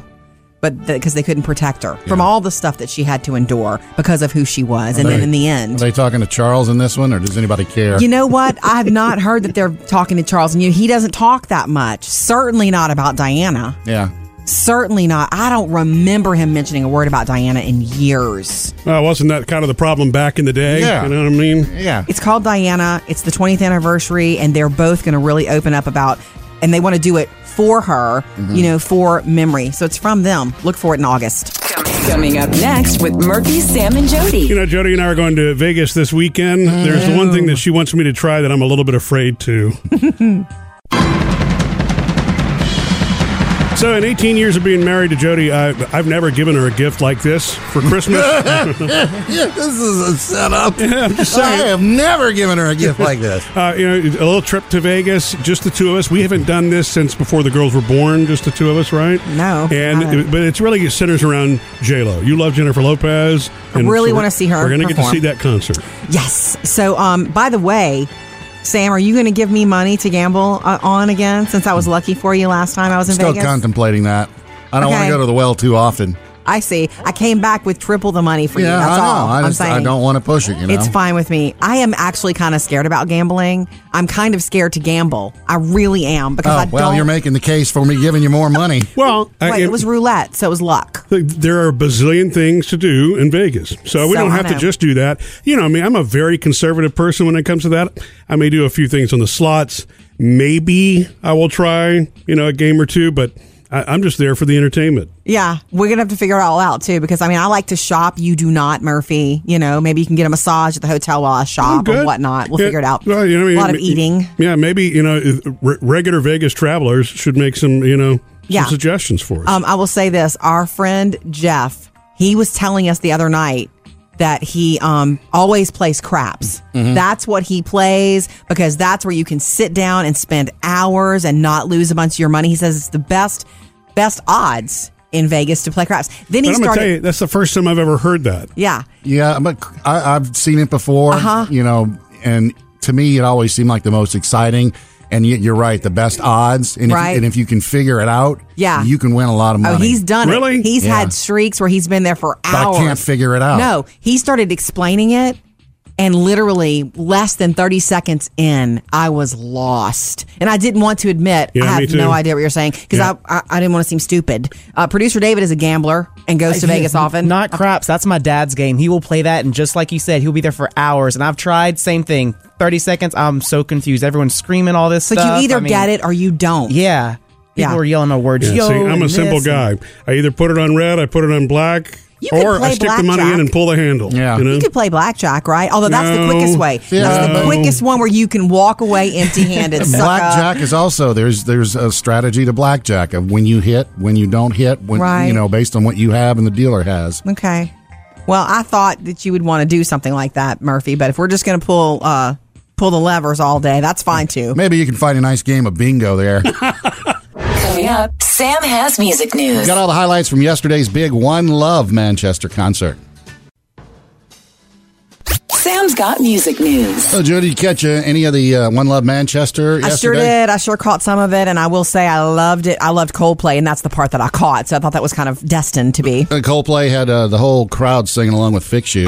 [SPEAKER 2] But because they couldn't protect her from all the stuff that she had to endure because of who she was, and
[SPEAKER 3] They-
[SPEAKER 2] then in the end,
[SPEAKER 3] Are they talking to Charles in this one, or does anybody care?
[SPEAKER 2] you know what? I have not heard that they're talking to Charles, and you he doesn't talk that much. Certainly not about Diana.
[SPEAKER 3] yeah.
[SPEAKER 2] Certainly not. I don't remember him mentioning a word about Diana in years.
[SPEAKER 1] Uh, wasn't that kind of the problem back in the day?
[SPEAKER 3] Yeah.
[SPEAKER 1] You know what I mean?
[SPEAKER 3] Yeah.
[SPEAKER 2] It's called Diana. It's the 20th anniversary, and they're both going to really open up about, and they want to do it for her, you know, for memory. So it's from them. Look for it in August.
[SPEAKER 4] Coming up next with Murphy, Sam, and
[SPEAKER 1] You
[SPEAKER 4] Jody.
[SPEAKER 1] know, Jody and I are going to Vegas this weekend. There's the one thing that she wants me to try that I'm a little bit afraid to. So, in 18 years of being married to Jody, I, I've never given her a gift like this for Christmas.
[SPEAKER 3] This is a setup.
[SPEAKER 1] I'm just
[SPEAKER 3] I
[SPEAKER 1] saying.
[SPEAKER 3] have never given her a gift like this.
[SPEAKER 1] Uh, you know, a little trip to Vegas, just the two of us. We haven't done this since before the girls were born, just the two of us, right?
[SPEAKER 2] No,
[SPEAKER 1] And
[SPEAKER 2] haven't.
[SPEAKER 1] but it's really centers around J Lo. You love Jennifer Lopez. and
[SPEAKER 2] really
[SPEAKER 1] we're-
[SPEAKER 2] wanna see her
[SPEAKER 1] We're gonna get to
[SPEAKER 2] perform.
[SPEAKER 1] see that concert.
[SPEAKER 2] Yes. So, um, by the way, Sam, are you going to give me money to gamble uh, on again since I was lucky for you last time I was in
[SPEAKER 3] Still
[SPEAKER 2] Vegas?
[SPEAKER 3] contemplating that. I don't want
[SPEAKER 2] Okay.
[SPEAKER 3] to go to the well too often.
[SPEAKER 2] I see. I came back with triple the money for you.
[SPEAKER 3] Yeah,
[SPEAKER 2] That's
[SPEAKER 3] I know.
[SPEAKER 2] all
[SPEAKER 3] I
[SPEAKER 2] am
[SPEAKER 3] just- I
[SPEAKER 2] saying.
[SPEAKER 3] don't wanna push it, you know?
[SPEAKER 2] It's fine with me. I am actually kind of scared about gambling. I'm kind of scared to gamble. I really am because I
[SPEAKER 3] Oh, well,
[SPEAKER 2] don't.
[SPEAKER 3] you're making the case for me giving you more money.
[SPEAKER 1] Well, I-
[SPEAKER 2] Wait, it was roulette, so it was luck.
[SPEAKER 1] Like, there are a bazillion things to do in Vegas. So we
[SPEAKER 2] So
[SPEAKER 1] don't
[SPEAKER 2] I
[SPEAKER 1] have to
[SPEAKER 2] know.
[SPEAKER 1] just do that. You know, I mean, I'm a very conservative person when it comes to that. I may do a few things on the slots. Maybe I will try, you know, a game or two, but I, I'm just there for the entertainment.
[SPEAKER 2] Yeah, we're gonna have to figure it all out too because I mean I like to shop. You do not, Murphy. You know, maybe you can get a massage at the hotel while I shop
[SPEAKER 1] Oh, Good.
[SPEAKER 2] or whatnot. We'll
[SPEAKER 1] Yeah,
[SPEAKER 2] figure it out.
[SPEAKER 1] well, you know, I mean,
[SPEAKER 2] a lot of
[SPEAKER 1] m-
[SPEAKER 2] eating.
[SPEAKER 1] Yeah, maybe, you know, re- regular Vegas travelers should make some, you know, some
[SPEAKER 2] Yeah.
[SPEAKER 1] suggestions for us.
[SPEAKER 2] Um, I will say this: our friend Jeff, he was telling us the other night that he um always plays craps. That's what he plays because that's where you can sit down and spend hours and not lose a bunch of your money. He says it's the best best odds in Vegas to play craps. Then he
[SPEAKER 1] and I'm going to
[SPEAKER 2] started.
[SPEAKER 1] tell you, that's the first time I've ever heard that.
[SPEAKER 2] yeah,
[SPEAKER 3] Yeah, but I, I've seen it before.
[SPEAKER 2] Uh-huh.
[SPEAKER 3] You know, and to me, it always seemed like the most exciting. And yet, you're right, the best odds. And,
[SPEAKER 2] Right.
[SPEAKER 3] if, and if you can figure it out,
[SPEAKER 2] Yeah.
[SPEAKER 3] you can win a lot of money.
[SPEAKER 2] Oh, he's done
[SPEAKER 1] Really?
[SPEAKER 2] it. He's
[SPEAKER 3] Yeah.
[SPEAKER 2] had streaks where he's been there for
[SPEAKER 3] But I
[SPEAKER 2] hours.
[SPEAKER 3] can't figure it out.
[SPEAKER 2] No, he started explaining it, and literally less than 30 seconds in, I was lost. And I didn't want to admit,
[SPEAKER 1] Yeah,
[SPEAKER 2] I
[SPEAKER 1] me
[SPEAKER 2] have
[SPEAKER 1] too.
[SPEAKER 2] no idea what you're saying because
[SPEAKER 1] Yeah.
[SPEAKER 2] I, I, I didn't want to seem stupid. Uh, Producer David is a gambler and goes to Vegas often.
[SPEAKER 8] Not craps. That's my dad's game. He will play that, and just like you said, he'll be there for hours. And I've tried same thing. Thirty seconds. I'm so confused. Everyone's screaming all this
[SPEAKER 2] but
[SPEAKER 8] stuff.
[SPEAKER 2] you either
[SPEAKER 8] I mean,
[SPEAKER 2] get it or you don't.
[SPEAKER 8] Yeah. People
[SPEAKER 2] Yeah.
[SPEAKER 8] are yelling a word.
[SPEAKER 1] Yeah,
[SPEAKER 8] Yo,
[SPEAKER 1] see, I'm
[SPEAKER 8] and
[SPEAKER 1] a
[SPEAKER 8] this
[SPEAKER 1] simple
[SPEAKER 8] and-
[SPEAKER 1] guy. I either put it on red, I put it on black,
[SPEAKER 2] You could
[SPEAKER 1] or I
[SPEAKER 2] play
[SPEAKER 1] stick the money in
[SPEAKER 2] blackjack.
[SPEAKER 1] and pull the handle.
[SPEAKER 3] Yeah.
[SPEAKER 1] you know?
[SPEAKER 2] You could play blackjack, right? Although that's
[SPEAKER 1] No.
[SPEAKER 2] the quickest way. That's
[SPEAKER 1] No.
[SPEAKER 2] the quickest one where you can walk away empty-handed. sucker.
[SPEAKER 3] Blackjack is also there's there's a strategy to blackjack of when you hit, when you don't hit, when
[SPEAKER 2] Right.
[SPEAKER 3] you know based on what you have and the dealer has.
[SPEAKER 2] Okay. Well, I thought that you would want to do something like that, Murphy. But if we're just going to pull uh, pull the levers all day, that's fine too.
[SPEAKER 3] Maybe you can find a nice game of bingo there.
[SPEAKER 4] Coming up, Sam has music news.
[SPEAKER 3] Got all the highlights from yesterday's big One Love Manchester concert.
[SPEAKER 4] Sam's got music news.
[SPEAKER 3] So, Jody, did you catch uh, any of the uh, One Love Manchester yesterday?
[SPEAKER 2] I sure did. I sure caught some of it, and I will say I loved it. I loved Coldplay, and that's the part that I caught. So I thought that was kind of destined to be.
[SPEAKER 3] Uh, Coldplay had uh, the whole crowd singing along with Fix You.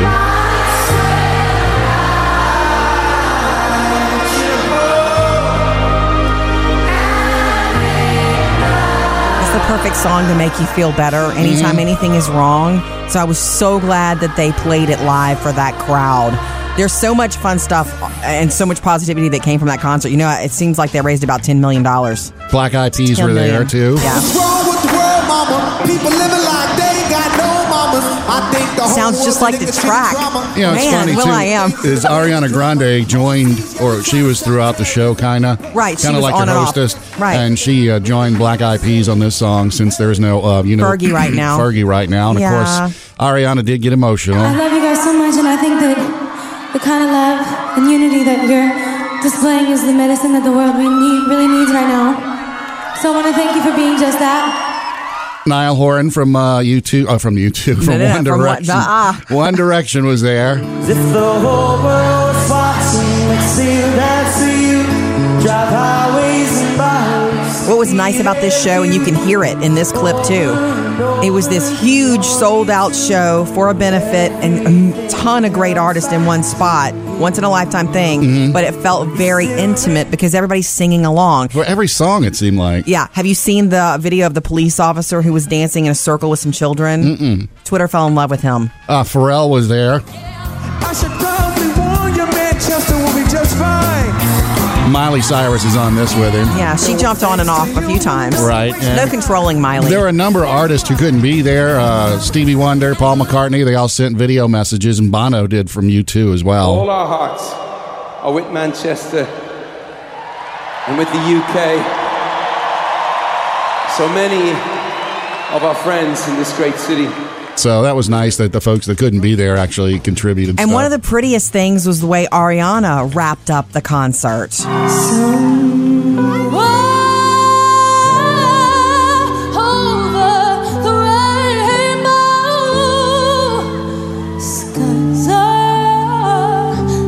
[SPEAKER 2] It's the perfect song to make you feel better anytime
[SPEAKER 3] Mm-hmm.
[SPEAKER 2] anything is wrong. So I was so glad that they played it live for that crowd. There's so much fun stuff and so much positivity that came from that concert. You know, it seems like they raised about ten million dollars.
[SPEAKER 3] Black Eyed Peas were there, too.
[SPEAKER 2] Yeah.
[SPEAKER 9] What's wrong with the world, mama? People living like they ain't got no mamas. I think the whole
[SPEAKER 2] Sounds just
[SPEAKER 9] world
[SPEAKER 2] like the
[SPEAKER 9] is in
[SPEAKER 2] track.
[SPEAKER 9] drama.
[SPEAKER 3] You know, it's
[SPEAKER 2] Man,
[SPEAKER 3] funny,
[SPEAKER 2] Will
[SPEAKER 3] too,
[SPEAKER 2] I am.
[SPEAKER 3] is Ariana Grande joined, or she was throughout the show, kind of.
[SPEAKER 2] Right, she
[SPEAKER 3] Kind of
[SPEAKER 2] was
[SPEAKER 3] like
[SPEAKER 2] on
[SPEAKER 3] the
[SPEAKER 2] and off.
[SPEAKER 3] hostess.
[SPEAKER 2] Right.
[SPEAKER 3] And she uh, joined Black Eyed Peas on this song since there's no, uh, you know.
[SPEAKER 2] Fergie right now.
[SPEAKER 3] Fergie right now. And,
[SPEAKER 2] Yeah.
[SPEAKER 3] of course, Ariana did get emotional.
[SPEAKER 10] I love you guys so much, and I think that the kind of love and unity that you're displaying is the medicine that the world we need, really needs right now. So I want to thank you for being just that.
[SPEAKER 3] Niall Horan from uh, U2, uh, from U2, from
[SPEAKER 2] no, no,
[SPEAKER 3] One
[SPEAKER 2] from what-
[SPEAKER 3] Direction.
[SPEAKER 2] uh-uh.
[SPEAKER 3] One Direction was there.
[SPEAKER 11] If the whole world's watching, let's see that see you. Drive highways and byways.
[SPEAKER 2] What was nice about this show, and you can hear it in this clip too, it was this huge sold out show for a benefit and a ton of great artists in one spot, once in a lifetime thing,
[SPEAKER 3] Mm-hmm.
[SPEAKER 2] but it felt very intimate because everybody's singing along.
[SPEAKER 3] For every song, it seemed like.
[SPEAKER 2] Yeah. Have you seen the video of the police officer who was dancing in a circle with some children? Mm-mm. Twitter fell in love with him.
[SPEAKER 3] Uh, Pharrell was there.
[SPEAKER 11] I should probably warn you, Manchester will be just fine.
[SPEAKER 3] Miley Cyrus is on this with him.
[SPEAKER 2] Yeah, she jumped on and off a few times.
[SPEAKER 3] Right,
[SPEAKER 2] There's No
[SPEAKER 3] and-
[SPEAKER 2] controlling Miley.
[SPEAKER 3] There were a number of artists who couldn't be there. Uh, Stevie Wonder, Paul McCartney, they all sent video messages, and Bono did from U2 as
[SPEAKER 12] All
[SPEAKER 3] well.
[SPEAKER 12] our hearts are with Manchester and with the UK. So many of our friends in this great city.
[SPEAKER 3] So that was nice that the folks that couldn't be there actually
[SPEAKER 2] and
[SPEAKER 3] contributed. stuff.
[SPEAKER 2] one of the prettiest things was the way Ariana wrapped up the concert.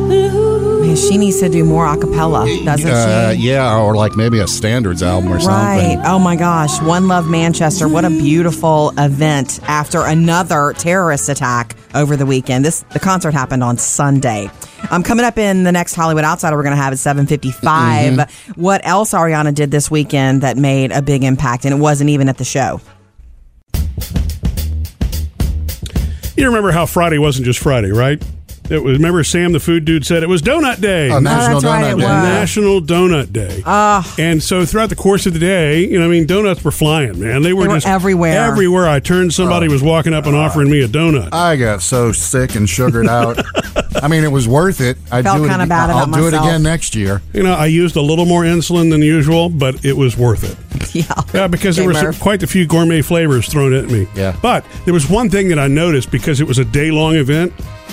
[SPEAKER 2] Man, she She needs to do more a cappella, doesn't
[SPEAKER 3] Uh,
[SPEAKER 2] she?
[SPEAKER 3] yeah, or like maybe a standards album or
[SPEAKER 2] Right.
[SPEAKER 3] something.
[SPEAKER 2] Oh my gosh. One Love Manchester. What a beautiful event after another terrorist attack over the weekend. This the concert happened on Sunday. Um, coming up in the next Hollywood Outsider, we're going to have at seven
[SPEAKER 1] Mm-hmm.
[SPEAKER 2] What else Ariana did this weekend that made a big impact, and it wasn't even at the show.
[SPEAKER 1] You remember how Friday wasn't just Friday, right? It was. Remember Sam the food dude said it was Donut Day.
[SPEAKER 3] Oh, National Oh, that's right, Donut it Day. was.
[SPEAKER 1] National Donut Day.
[SPEAKER 2] Ah.
[SPEAKER 1] and so throughout the course of the day, you know, I mean, donuts were flying, man. They were,
[SPEAKER 2] They were
[SPEAKER 1] just
[SPEAKER 2] everywhere. Ah.
[SPEAKER 1] Everywhere I turned, somebody was walking up and offering me a donut.
[SPEAKER 3] I got so sick and sugared out. I mean, it was worth it. I
[SPEAKER 2] Felt
[SPEAKER 3] do it
[SPEAKER 2] kinda
[SPEAKER 3] again.
[SPEAKER 2] bad
[SPEAKER 3] I'll
[SPEAKER 2] about
[SPEAKER 3] do it
[SPEAKER 2] myself.
[SPEAKER 3] again next year.
[SPEAKER 1] You know, I used a little more insulin than usual, but it was worth it.
[SPEAKER 2] Yeah.
[SPEAKER 1] Yeah, because there
[SPEAKER 2] Jay
[SPEAKER 1] were some,
[SPEAKER 2] Murph.
[SPEAKER 1] quite a few gourmet flavors thrown at me.
[SPEAKER 3] Yeah.
[SPEAKER 1] But there was one thing that I noticed because it was a day long event,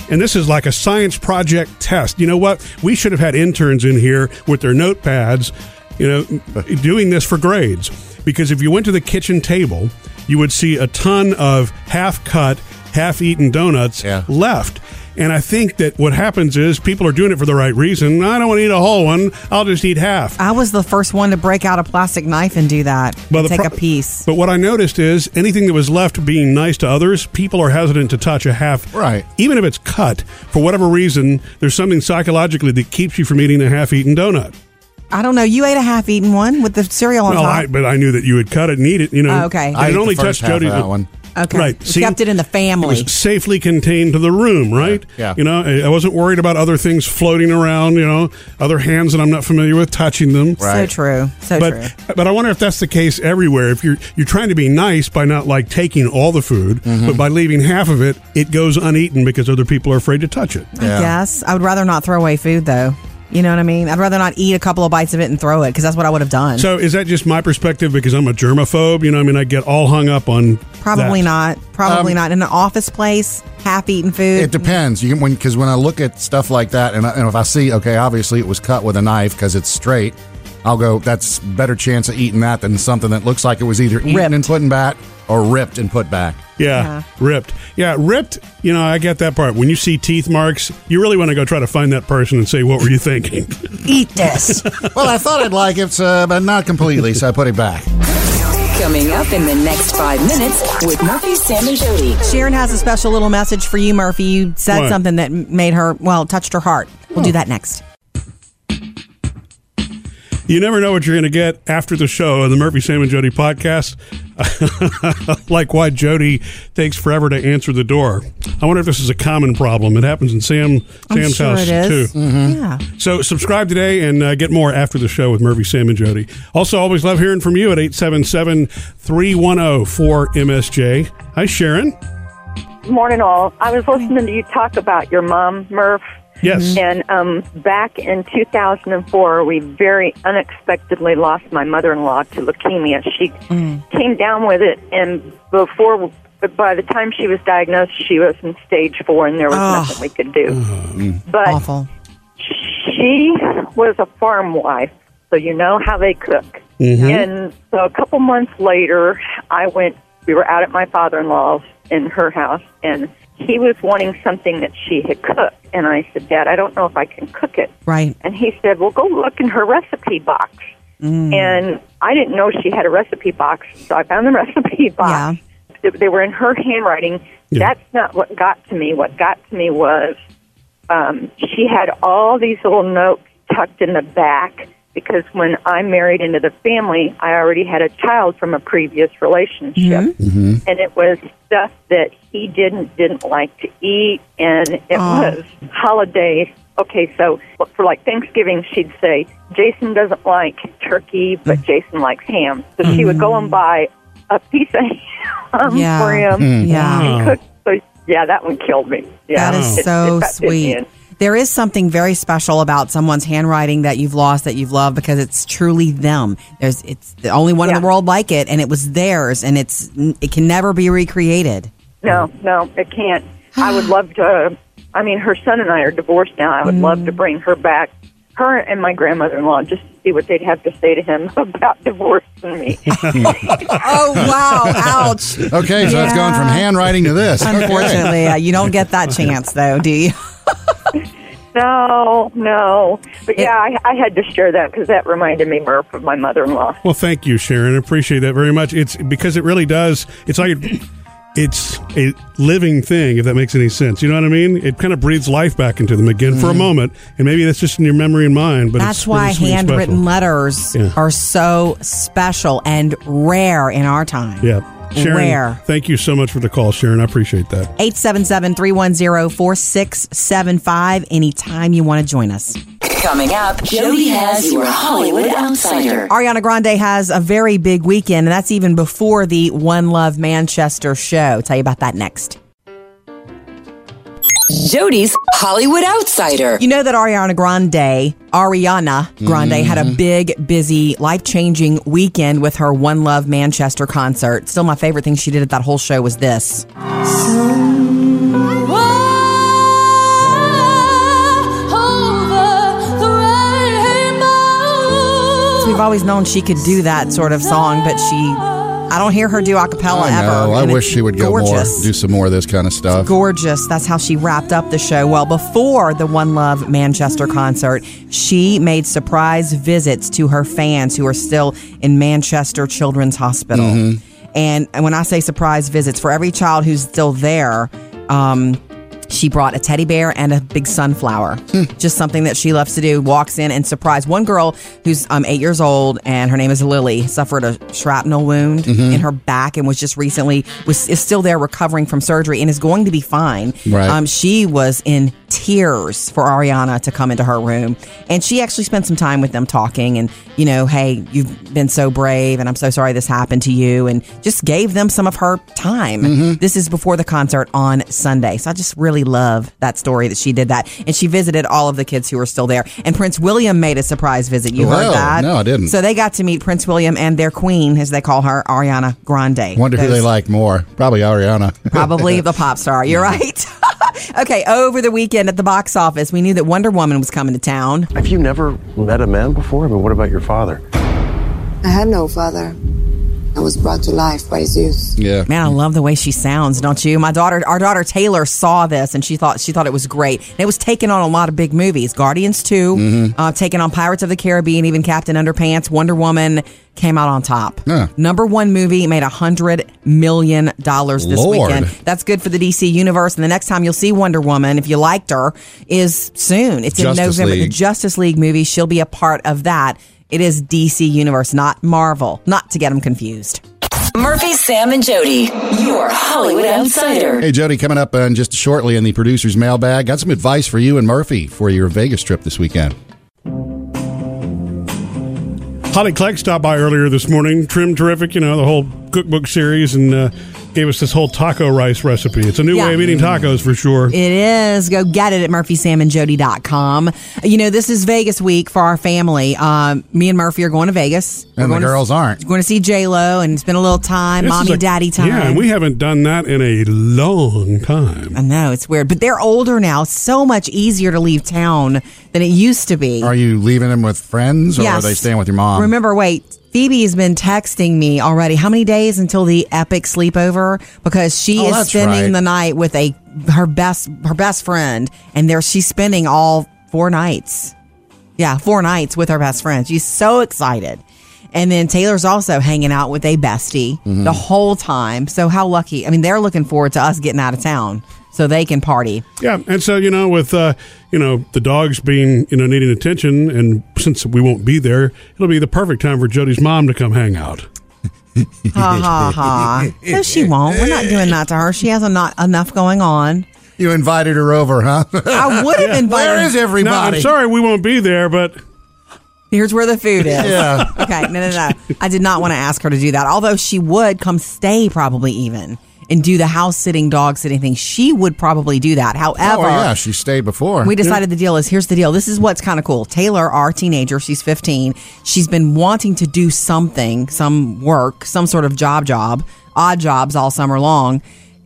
[SPEAKER 1] and this is like a science project test. You know what? We should have had interns in here with their notepads, you know, doing this for grades. Because if you went to the kitchen table, you would see a ton of half cut, half eaten donuts
[SPEAKER 3] Yeah.
[SPEAKER 1] left. And I think that what happens is people are doing it for the right reason. I don't want to eat a whole one. I'll just eat half.
[SPEAKER 2] I was the first one to break out a plastic knife and do that.
[SPEAKER 1] Well, the
[SPEAKER 2] Take
[SPEAKER 1] pro-
[SPEAKER 2] a piece.
[SPEAKER 1] But what I noticed is anything that was left being nice to others, people are hesitant to touch a half.
[SPEAKER 3] Right.
[SPEAKER 1] Even if it's cut, for whatever reason, there's something psychologically that keeps you from eating a half eaten donut.
[SPEAKER 2] I don't know. You ate a half-eaten one with the cereal on
[SPEAKER 1] well, I,
[SPEAKER 2] top.
[SPEAKER 1] but I knew that you would cut it and eat it, you know.
[SPEAKER 2] Oh, okay.
[SPEAKER 1] And
[SPEAKER 2] I
[SPEAKER 1] it
[SPEAKER 3] ate the
[SPEAKER 1] only
[SPEAKER 3] first
[SPEAKER 1] touched
[SPEAKER 3] half of
[SPEAKER 1] Jody.
[SPEAKER 3] that one.
[SPEAKER 2] okay.
[SPEAKER 1] Right.
[SPEAKER 2] We kept it in the
[SPEAKER 1] It
[SPEAKER 2] family.
[SPEAKER 1] was safely contained to the room, right?
[SPEAKER 3] Yeah, yeah.
[SPEAKER 1] You know, I- I wasn't worried about other things floating around, you know, other hands that I'm not familiar with touching them.
[SPEAKER 2] So
[SPEAKER 3] Right.
[SPEAKER 2] true. So
[SPEAKER 1] but
[SPEAKER 2] true.
[SPEAKER 1] but I wonder if that's the case everywhere. If you're you're trying to be nice by not like taking all the food,
[SPEAKER 2] Mm-hmm.
[SPEAKER 1] but by leaving half of it, it goes uneaten because other people are afraid to touch it.
[SPEAKER 3] Yeah.
[SPEAKER 2] I guess. I would rather not throw away food though. You know what I mean? I'd rather not eat a couple of bites of it and throw it because that's what I would have done.
[SPEAKER 1] So is that just my perspective because I'm a germaphobe? You know, I mean, I get all hung up on
[SPEAKER 2] Probably
[SPEAKER 1] that.
[SPEAKER 2] not. Probably
[SPEAKER 3] Um,
[SPEAKER 2] not. In an office place, half eaten
[SPEAKER 3] It
[SPEAKER 2] food.
[SPEAKER 3] depends. You can, when because when I look at stuff like that, and, I, and if I see, okay, obviously it was cut with a knife because it's straight, I'll go. That's better chance of eating that than something that looks like it was either eaten
[SPEAKER 2] Ripped.
[SPEAKER 3] and put back or ripped and put back.
[SPEAKER 1] Yeah,
[SPEAKER 2] Yeah.
[SPEAKER 1] ripped. Yeah, ripped. You know, I get that part. When you see teeth marks, you really want to go try to find that person and say, "What were you thinking?"
[SPEAKER 2] Eat this.
[SPEAKER 3] well, I thought I'd like it, uh, but not completely, so I put it back.
[SPEAKER 4] Coming up in the next five minutes with Murphy, Sam, and Jody.
[SPEAKER 2] Sharon has a special little message for you, Murphy. You said
[SPEAKER 1] What?
[SPEAKER 2] something that made her, well, touched her heart. We'll do that next.
[SPEAKER 1] You never know what you're going to get after the show of the Murphy, Sam, and Jody podcast. like why Jody takes forever to answer the door. I wonder if this is a common problem. It happens in Sam
[SPEAKER 2] I'm
[SPEAKER 1] Sam's
[SPEAKER 2] sure
[SPEAKER 1] house
[SPEAKER 2] it is.
[SPEAKER 1] too.
[SPEAKER 3] Mm-hmm.
[SPEAKER 2] Yeah.
[SPEAKER 1] So subscribe today and uh, get more after the show with Murphy, Sam, and Jody. Also, always love hearing from you at 877-310-4MSJ. Hi, Sharon.
[SPEAKER 13] Morning, all. I was listening to you talk about your mom, Murph.
[SPEAKER 1] Yes.
[SPEAKER 13] And um, back in 2004, we very unexpectedly lost my mother-in-law to leukemia. She came down with it, and before, by the time she was diagnosed, she was in stage four, and there was
[SPEAKER 2] Ah.
[SPEAKER 13] nothing we could do. But
[SPEAKER 2] Awful.
[SPEAKER 13] she was a farm wife, so you know how they cook. And so a couple months later, I went, we were out at my father in law's in her house, and he was wanting something that she had cooked. And I said, Dad, I don't know if I can cook it.
[SPEAKER 2] Right.
[SPEAKER 13] And he said, Well, go look in her recipe box. And I didn't know she had a recipe box, so I found the recipe box. They- They were in her handwriting.
[SPEAKER 1] Yeah.
[SPEAKER 13] That's not what got to me. What got to me was um, she had all these little notes tucked in the back because when I married into the family, I already had a child from a previous relationship.
[SPEAKER 2] Mm-hmm.
[SPEAKER 13] And it was stuff that he didn't didn't like to eat and it
[SPEAKER 2] Oh.
[SPEAKER 13] was holidays. Okay, so for like Thanksgiving she'd say Jason doesn't like turkey,
[SPEAKER 2] Mm-hmm.
[SPEAKER 13] but Jason likes ham. So she would go and buy a piece of ham
[SPEAKER 2] Yeah. Mm-hmm.
[SPEAKER 13] for him.
[SPEAKER 2] Yeah.
[SPEAKER 1] Wow.
[SPEAKER 13] Cook. So yeah, that one killed me. Yeah.
[SPEAKER 2] That is
[SPEAKER 13] It-
[SPEAKER 2] so
[SPEAKER 13] it- that did me in.
[SPEAKER 2] sweet. There is something very special about someone's handwriting that you've lost that you've loved because it's truly them. There's it's the only one in
[SPEAKER 13] Yeah.
[SPEAKER 2] the world like it and it was theirs and it's it can never be recreated.
[SPEAKER 13] No, no, it can't. I would love to. I mean, her son and I are divorced now. I would love
[SPEAKER 14] Mm.
[SPEAKER 13] to bring her back, her and my grandmother-in-law, just to see what they'd have to say to him about divorcing me.
[SPEAKER 2] Oh wow, ouch.
[SPEAKER 3] Okay, so it's gone from handwriting to this. Okay.
[SPEAKER 2] Unfortunately, uh, you don't get that chance though, do you?
[SPEAKER 13] No, no. But yeah, I, I had to share that because that reminded me, Murph, of my mother in law.
[SPEAKER 1] Well, thank you, Sharon. I appreciate that very much. It's because it really does. It's like it's a living thing, if that makes any sense. You know what I mean? It kind of breathes life back into them again for a moment, and maybe that's just in your memory and mind. But
[SPEAKER 2] Mm-hmm. That's
[SPEAKER 1] it's
[SPEAKER 2] why
[SPEAKER 1] really something
[SPEAKER 2] handwritten
[SPEAKER 1] special.
[SPEAKER 2] letters are so special and rare in our time.
[SPEAKER 1] Yeah, Sharon.
[SPEAKER 2] Rare.
[SPEAKER 1] Thank you so much for the call, Sharon. I appreciate that.
[SPEAKER 2] 877-310-4675 anytime you want to join us.
[SPEAKER 4] Coming up, Jody has your Hollywood Outsider.
[SPEAKER 2] Ariana Grande has a very big weekend, and that's even before the One Love Manchester show. Tell you about that next.
[SPEAKER 4] Jody's Hollywood Outsider.
[SPEAKER 2] You know that Ariana Grande, Ariana Grande,
[SPEAKER 3] Mm-hmm.
[SPEAKER 2] had a big, busy, life changing weekend with her One Love Manchester concert. Still, my favorite thing she did at that whole show was this. So we've always known she could do that sort of song, but she, I don't hear her do a cappella
[SPEAKER 3] I
[SPEAKER 2] ever.
[SPEAKER 3] know. I
[SPEAKER 2] and
[SPEAKER 3] wish
[SPEAKER 2] it's
[SPEAKER 3] she would go
[SPEAKER 2] gorgeous.
[SPEAKER 3] more, do some more of this kind of stuff.
[SPEAKER 2] Gorgeous. That's how she wrapped up the show. Well, before the One Love Manchester concert, she made surprise visits to her fans who are still in Manchester Children's Hospital. And, and when I say surprise visits, for every child who's still there, um, she brought a teddy bear and a big sunflower. Just something that she loves to do. Walks in and surprise one girl who's um, eight years old, and her name is Lily. Suffered a shrapnel wound
[SPEAKER 15] Mhm.
[SPEAKER 2] in her back and was just recently was is still there recovering from surgery and is going to be fine.
[SPEAKER 15] Right.
[SPEAKER 2] Um, she was in tears for Ariana to come into her room, and she actually spent some time with them talking and you know, hey, you've been so brave, and I'm so sorry this happened to you, and just gave them some of her time.
[SPEAKER 3] Mm-hmm.
[SPEAKER 2] This is before the concert on Sunday, so I just really love that story that she did that, and she visited all of the kids who were still there, and Prince William made a surprise visit. You
[SPEAKER 3] Wow.
[SPEAKER 2] heard that?
[SPEAKER 3] No, I didn't.
[SPEAKER 2] So they got to meet Prince William and their queen, as they call her, Ariana Grande.
[SPEAKER 3] Wonder who
[SPEAKER 2] Those-
[SPEAKER 3] they like more. Probably Ariana.
[SPEAKER 2] Probably the pop star. You're right. okay, over the weekend at the box office, we knew that Wonder Woman was coming to town.
[SPEAKER 16] Have you never met a man before? I mean, what about your father?
[SPEAKER 14] I had no father. I was brought to life by Zeus.
[SPEAKER 3] Yeah.
[SPEAKER 2] Man, I love the way she sounds, don't you? My daughter, our daughter Taylor saw this and she thought she thought it was great. And it was taken on a lot of big movies. Guardians 2,
[SPEAKER 15] Mm-hmm.
[SPEAKER 2] uh, taken on Pirates of the Caribbean, even Captain Underpants, Wonder Woman came out on top. Number one movie made a hundred million dollars this
[SPEAKER 15] Lord.
[SPEAKER 2] weekend. That's good for the DC universe. And the next time you'll see Wonder Woman, if you liked her, is soon. It's in
[SPEAKER 15] Justice
[SPEAKER 2] November. The
[SPEAKER 15] League.
[SPEAKER 2] Justice League movie, she'll be a part of that. It is DC Universe, not Marvel. Not to get them confused.
[SPEAKER 4] Murphy, Sam, and Jody, your Hollywood Outsider.
[SPEAKER 3] Hey, Jody, coming up on just shortly in the producer's mailbag, got some advice for you and Murphy for your Vegas trip this weekend.
[SPEAKER 1] Holly Clegg stopped by earlier this morning. Trim terrific, you know the whole cookbook series, and uh, gave us this whole taco rice recipe. It's a new
[SPEAKER 2] Yeah.
[SPEAKER 1] way of eating tacos for sure.
[SPEAKER 2] It is. Go get it at murphysamandjody.com. You know, this is Vegas week for our family. Um, me and Murphy are going to Vegas. We're
[SPEAKER 3] And the
[SPEAKER 2] going to-
[SPEAKER 3] girls aren't.
[SPEAKER 2] Going to see J Lo and spend a little time,
[SPEAKER 1] This is
[SPEAKER 2] mommy,
[SPEAKER 1] a-
[SPEAKER 2] daddy time.
[SPEAKER 1] Yeah, and we haven't done that in a long time.
[SPEAKER 2] I know it's weird, but they're older now. So much easier to leave town than it used to be.
[SPEAKER 3] Are you leaving them with friends or
[SPEAKER 2] Yes.
[SPEAKER 3] are they staying with your mom?
[SPEAKER 2] Remember, wait, Phoebe has been texting me already. How many days until the epic sleepover? Because she
[SPEAKER 3] Oh,
[SPEAKER 2] is
[SPEAKER 3] that's
[SPEAKER 2] spending
[SPEAKER 3] right.
[SPEAKER 2] the night with a her best her best friend, and there she's spending all four nights. Yeah, four nights with her best friend. She's so excited. And then Taylor's also hanging out with a bestie
[SPEAKER 3] Mm-hmm.
[SPEAKER 15] Mhm.
[SPEAKER 2] the whole time. So how lucky! I mean, they're looking forward to us getting out of town so they can party.
[SPEAKER 1] Yeah, and so you know, with uh, you know the dogs being you know needing attention, and since we won't be there, it'll be the perfect time for Jody's mom to come hang out.
[SPEAKER 2] Ha ha ha! No, she won't. We're not doing that to her. She has a not enough going on.
[SPEAKER 3] You invited her over, huh?
[SPEAKER 2] I would have invited.
[SPEAKER 3] Where is everybody?
[SPEAKER 1] No, I'm sorry we won't be there, but
[SPEAKER 2] Here's where the food is.
[SPEAKER 1] Yeah.
[SPEAKER 2] Okay. No, no, no. I did not want to ask her to do that. Although she would come stay probably even and do the house sitting, dog sitting thing. She would probably do that. However,
[SPEAKER 3] Oh, yeah, she stayed before.
[SPEAKER 2] we decided the deal is here's the deal. This is what's kind of cool. Taylor, our teenager, she's 15. She's been wanting to do something, some work, some sort of job, job, odd jobs all summer long.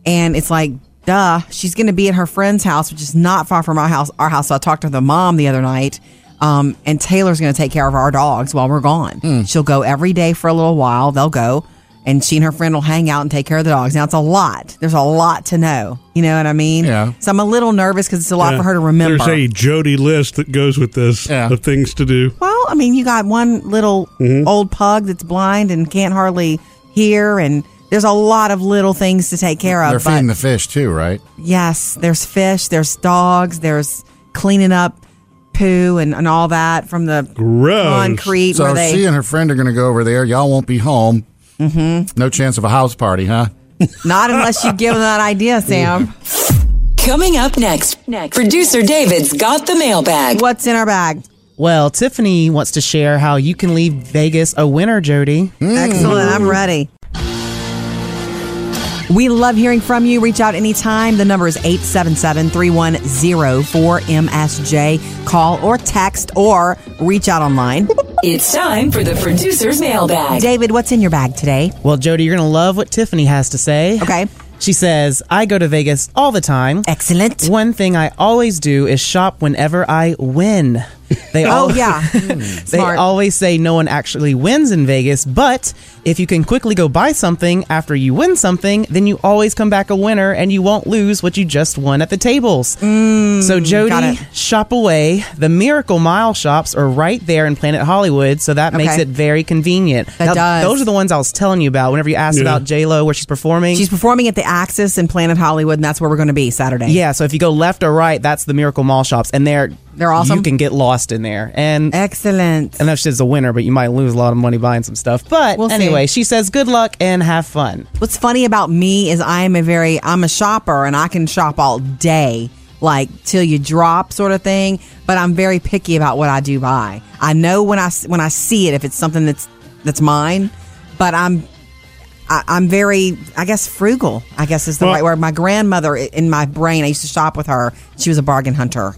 [SPEAKER 2] And it's like, duh, she's going to be at her friend's house, which is not far from our house. Our house. So I talked to the mom the other night. Um, and Taylor's going to take care of our dogs while we're gone. She'll go every day for a little while. They'll go. and she and her friend will hang out and take care of the dogs. Now it's a lot. There's a lot to know. You know what I mean?
[SPEAKER 1] Yeah.
[SPEAKER 2] So I'm a little nervous because it's a lot
[SPEAKER 1] Yeah.
[SPEAKER 2] for her to remember.
[SPEAKER 1] uh, There's a Jody list that goes with this of things to do.
[SPEAKER 2] Well, I mean, you got one little
[SPEAKER 1] Mhm.
[SPEAKER 2] old pug that's blind and can't hardly hear, and there's a lot of little things to take care
[SPEAKER 3] They're
[SPEAKER 2] of. But
[SPEAKER 3] feeding the fish too, right?
[SPEAKER 2] yes, there's fish, there's dogs, there's cleaning up poo and, and all that from the concrete
[SPEAKER 3] So
[SPEAKER 2] where they.
[SPEAKER 3] she and her friend are going to go over there. Y'all won't be home. Mm-hmm. No chance of a house party, huh?
[SPEAKER 2] not unless you give them that idea, Sam.
[SPEAKER 4] Coming up next, next. producer David's got the mailbag.
[SPEAKER 2] What's in our bag?
[SPEAKER 8] Well, Tiffany wants to share how you can leave Vegas a winner, Jody.
[SPEAKER 14] Hmm?
[SPEAKER 2] Excellent. I'm ready. We love hearing from you. Reach out anytime. The number is 877 310 4MSJ. Call or text or reach out online.
[SPEAKER 4] It's time for the producer's mailbag.
[SPEAKER 2] David, what's in your bag today?
[SPEAKER 8] Well, Jody, you're going to love what Tiffany has to say.
[SPEAKER 14] Oh.
[SPEAKER 2] Okay.
[SPEAKER 8] She says, I go to Vegas all the time.
[SPEAKER 2] Excellent.
[SPEAKER 8] One thing I always do is shop whenever I win. They
[SPEAKER 2] Oh,
[SPEAKER 8] al-
[SPEAKER 2] yeah.
[SPEAKER 8] they always say no one actually wins in Vegas, but if you can quickly go buy something after you win something, then you always come back a winner and you won't lose what you just won at the tables. so
[SPEAKER 2] Mm, got
[SPEAKER 8] Jody,
[SPEAKER 2] it.
[SPEAKER 8] shop away. The Miracle Mile shops are right there in Planet Hollywood, so that makes
[SPEAKER 2] Okay.
[SPEAKER 8] it very convenient.
[SPEAKER 2] That does.
[SPEAKER 8] Those are the ones I was telling you about. Whenever you asked
[SPEAKER 2] Yeah.
[SPEAKER 8] about J Lo where she's performing,
[SPEAKER 2] She's performing at the Axis in Planet Hollywood, and that's where we're going to be Saturday.
[SPEAKER 8] yeah, so if you go left or right, that's the Miracle Mall shops, and they're
[SPEAKER 2] They're awesome?
[SPEAKER 8] You can get lost in there, and
[SPEAKER 2] excellent.
[SPEAKER 8] I know she's a winner, but you might lose a lot of money buying some stuff. But
[SPEAKER 2] We'll see.
[SPEAKER 8] anyway, she says good luck and have fun.
[SPEAKER 2] What's funny about me is I'm a very I'm a shopper and I can shop all day, like till you drop sort of thing. But I'm very picky about what I do buy. I know when I s- when I see it if it's something that's that's mine, but I'm. I- I'm very, I guess, frugal. I guess is the
[SPEAKER 1] Well-
[SPEAKER 2] right word. My grandmother, i- in my brain, I used to shop with her. She was a bargain hunter.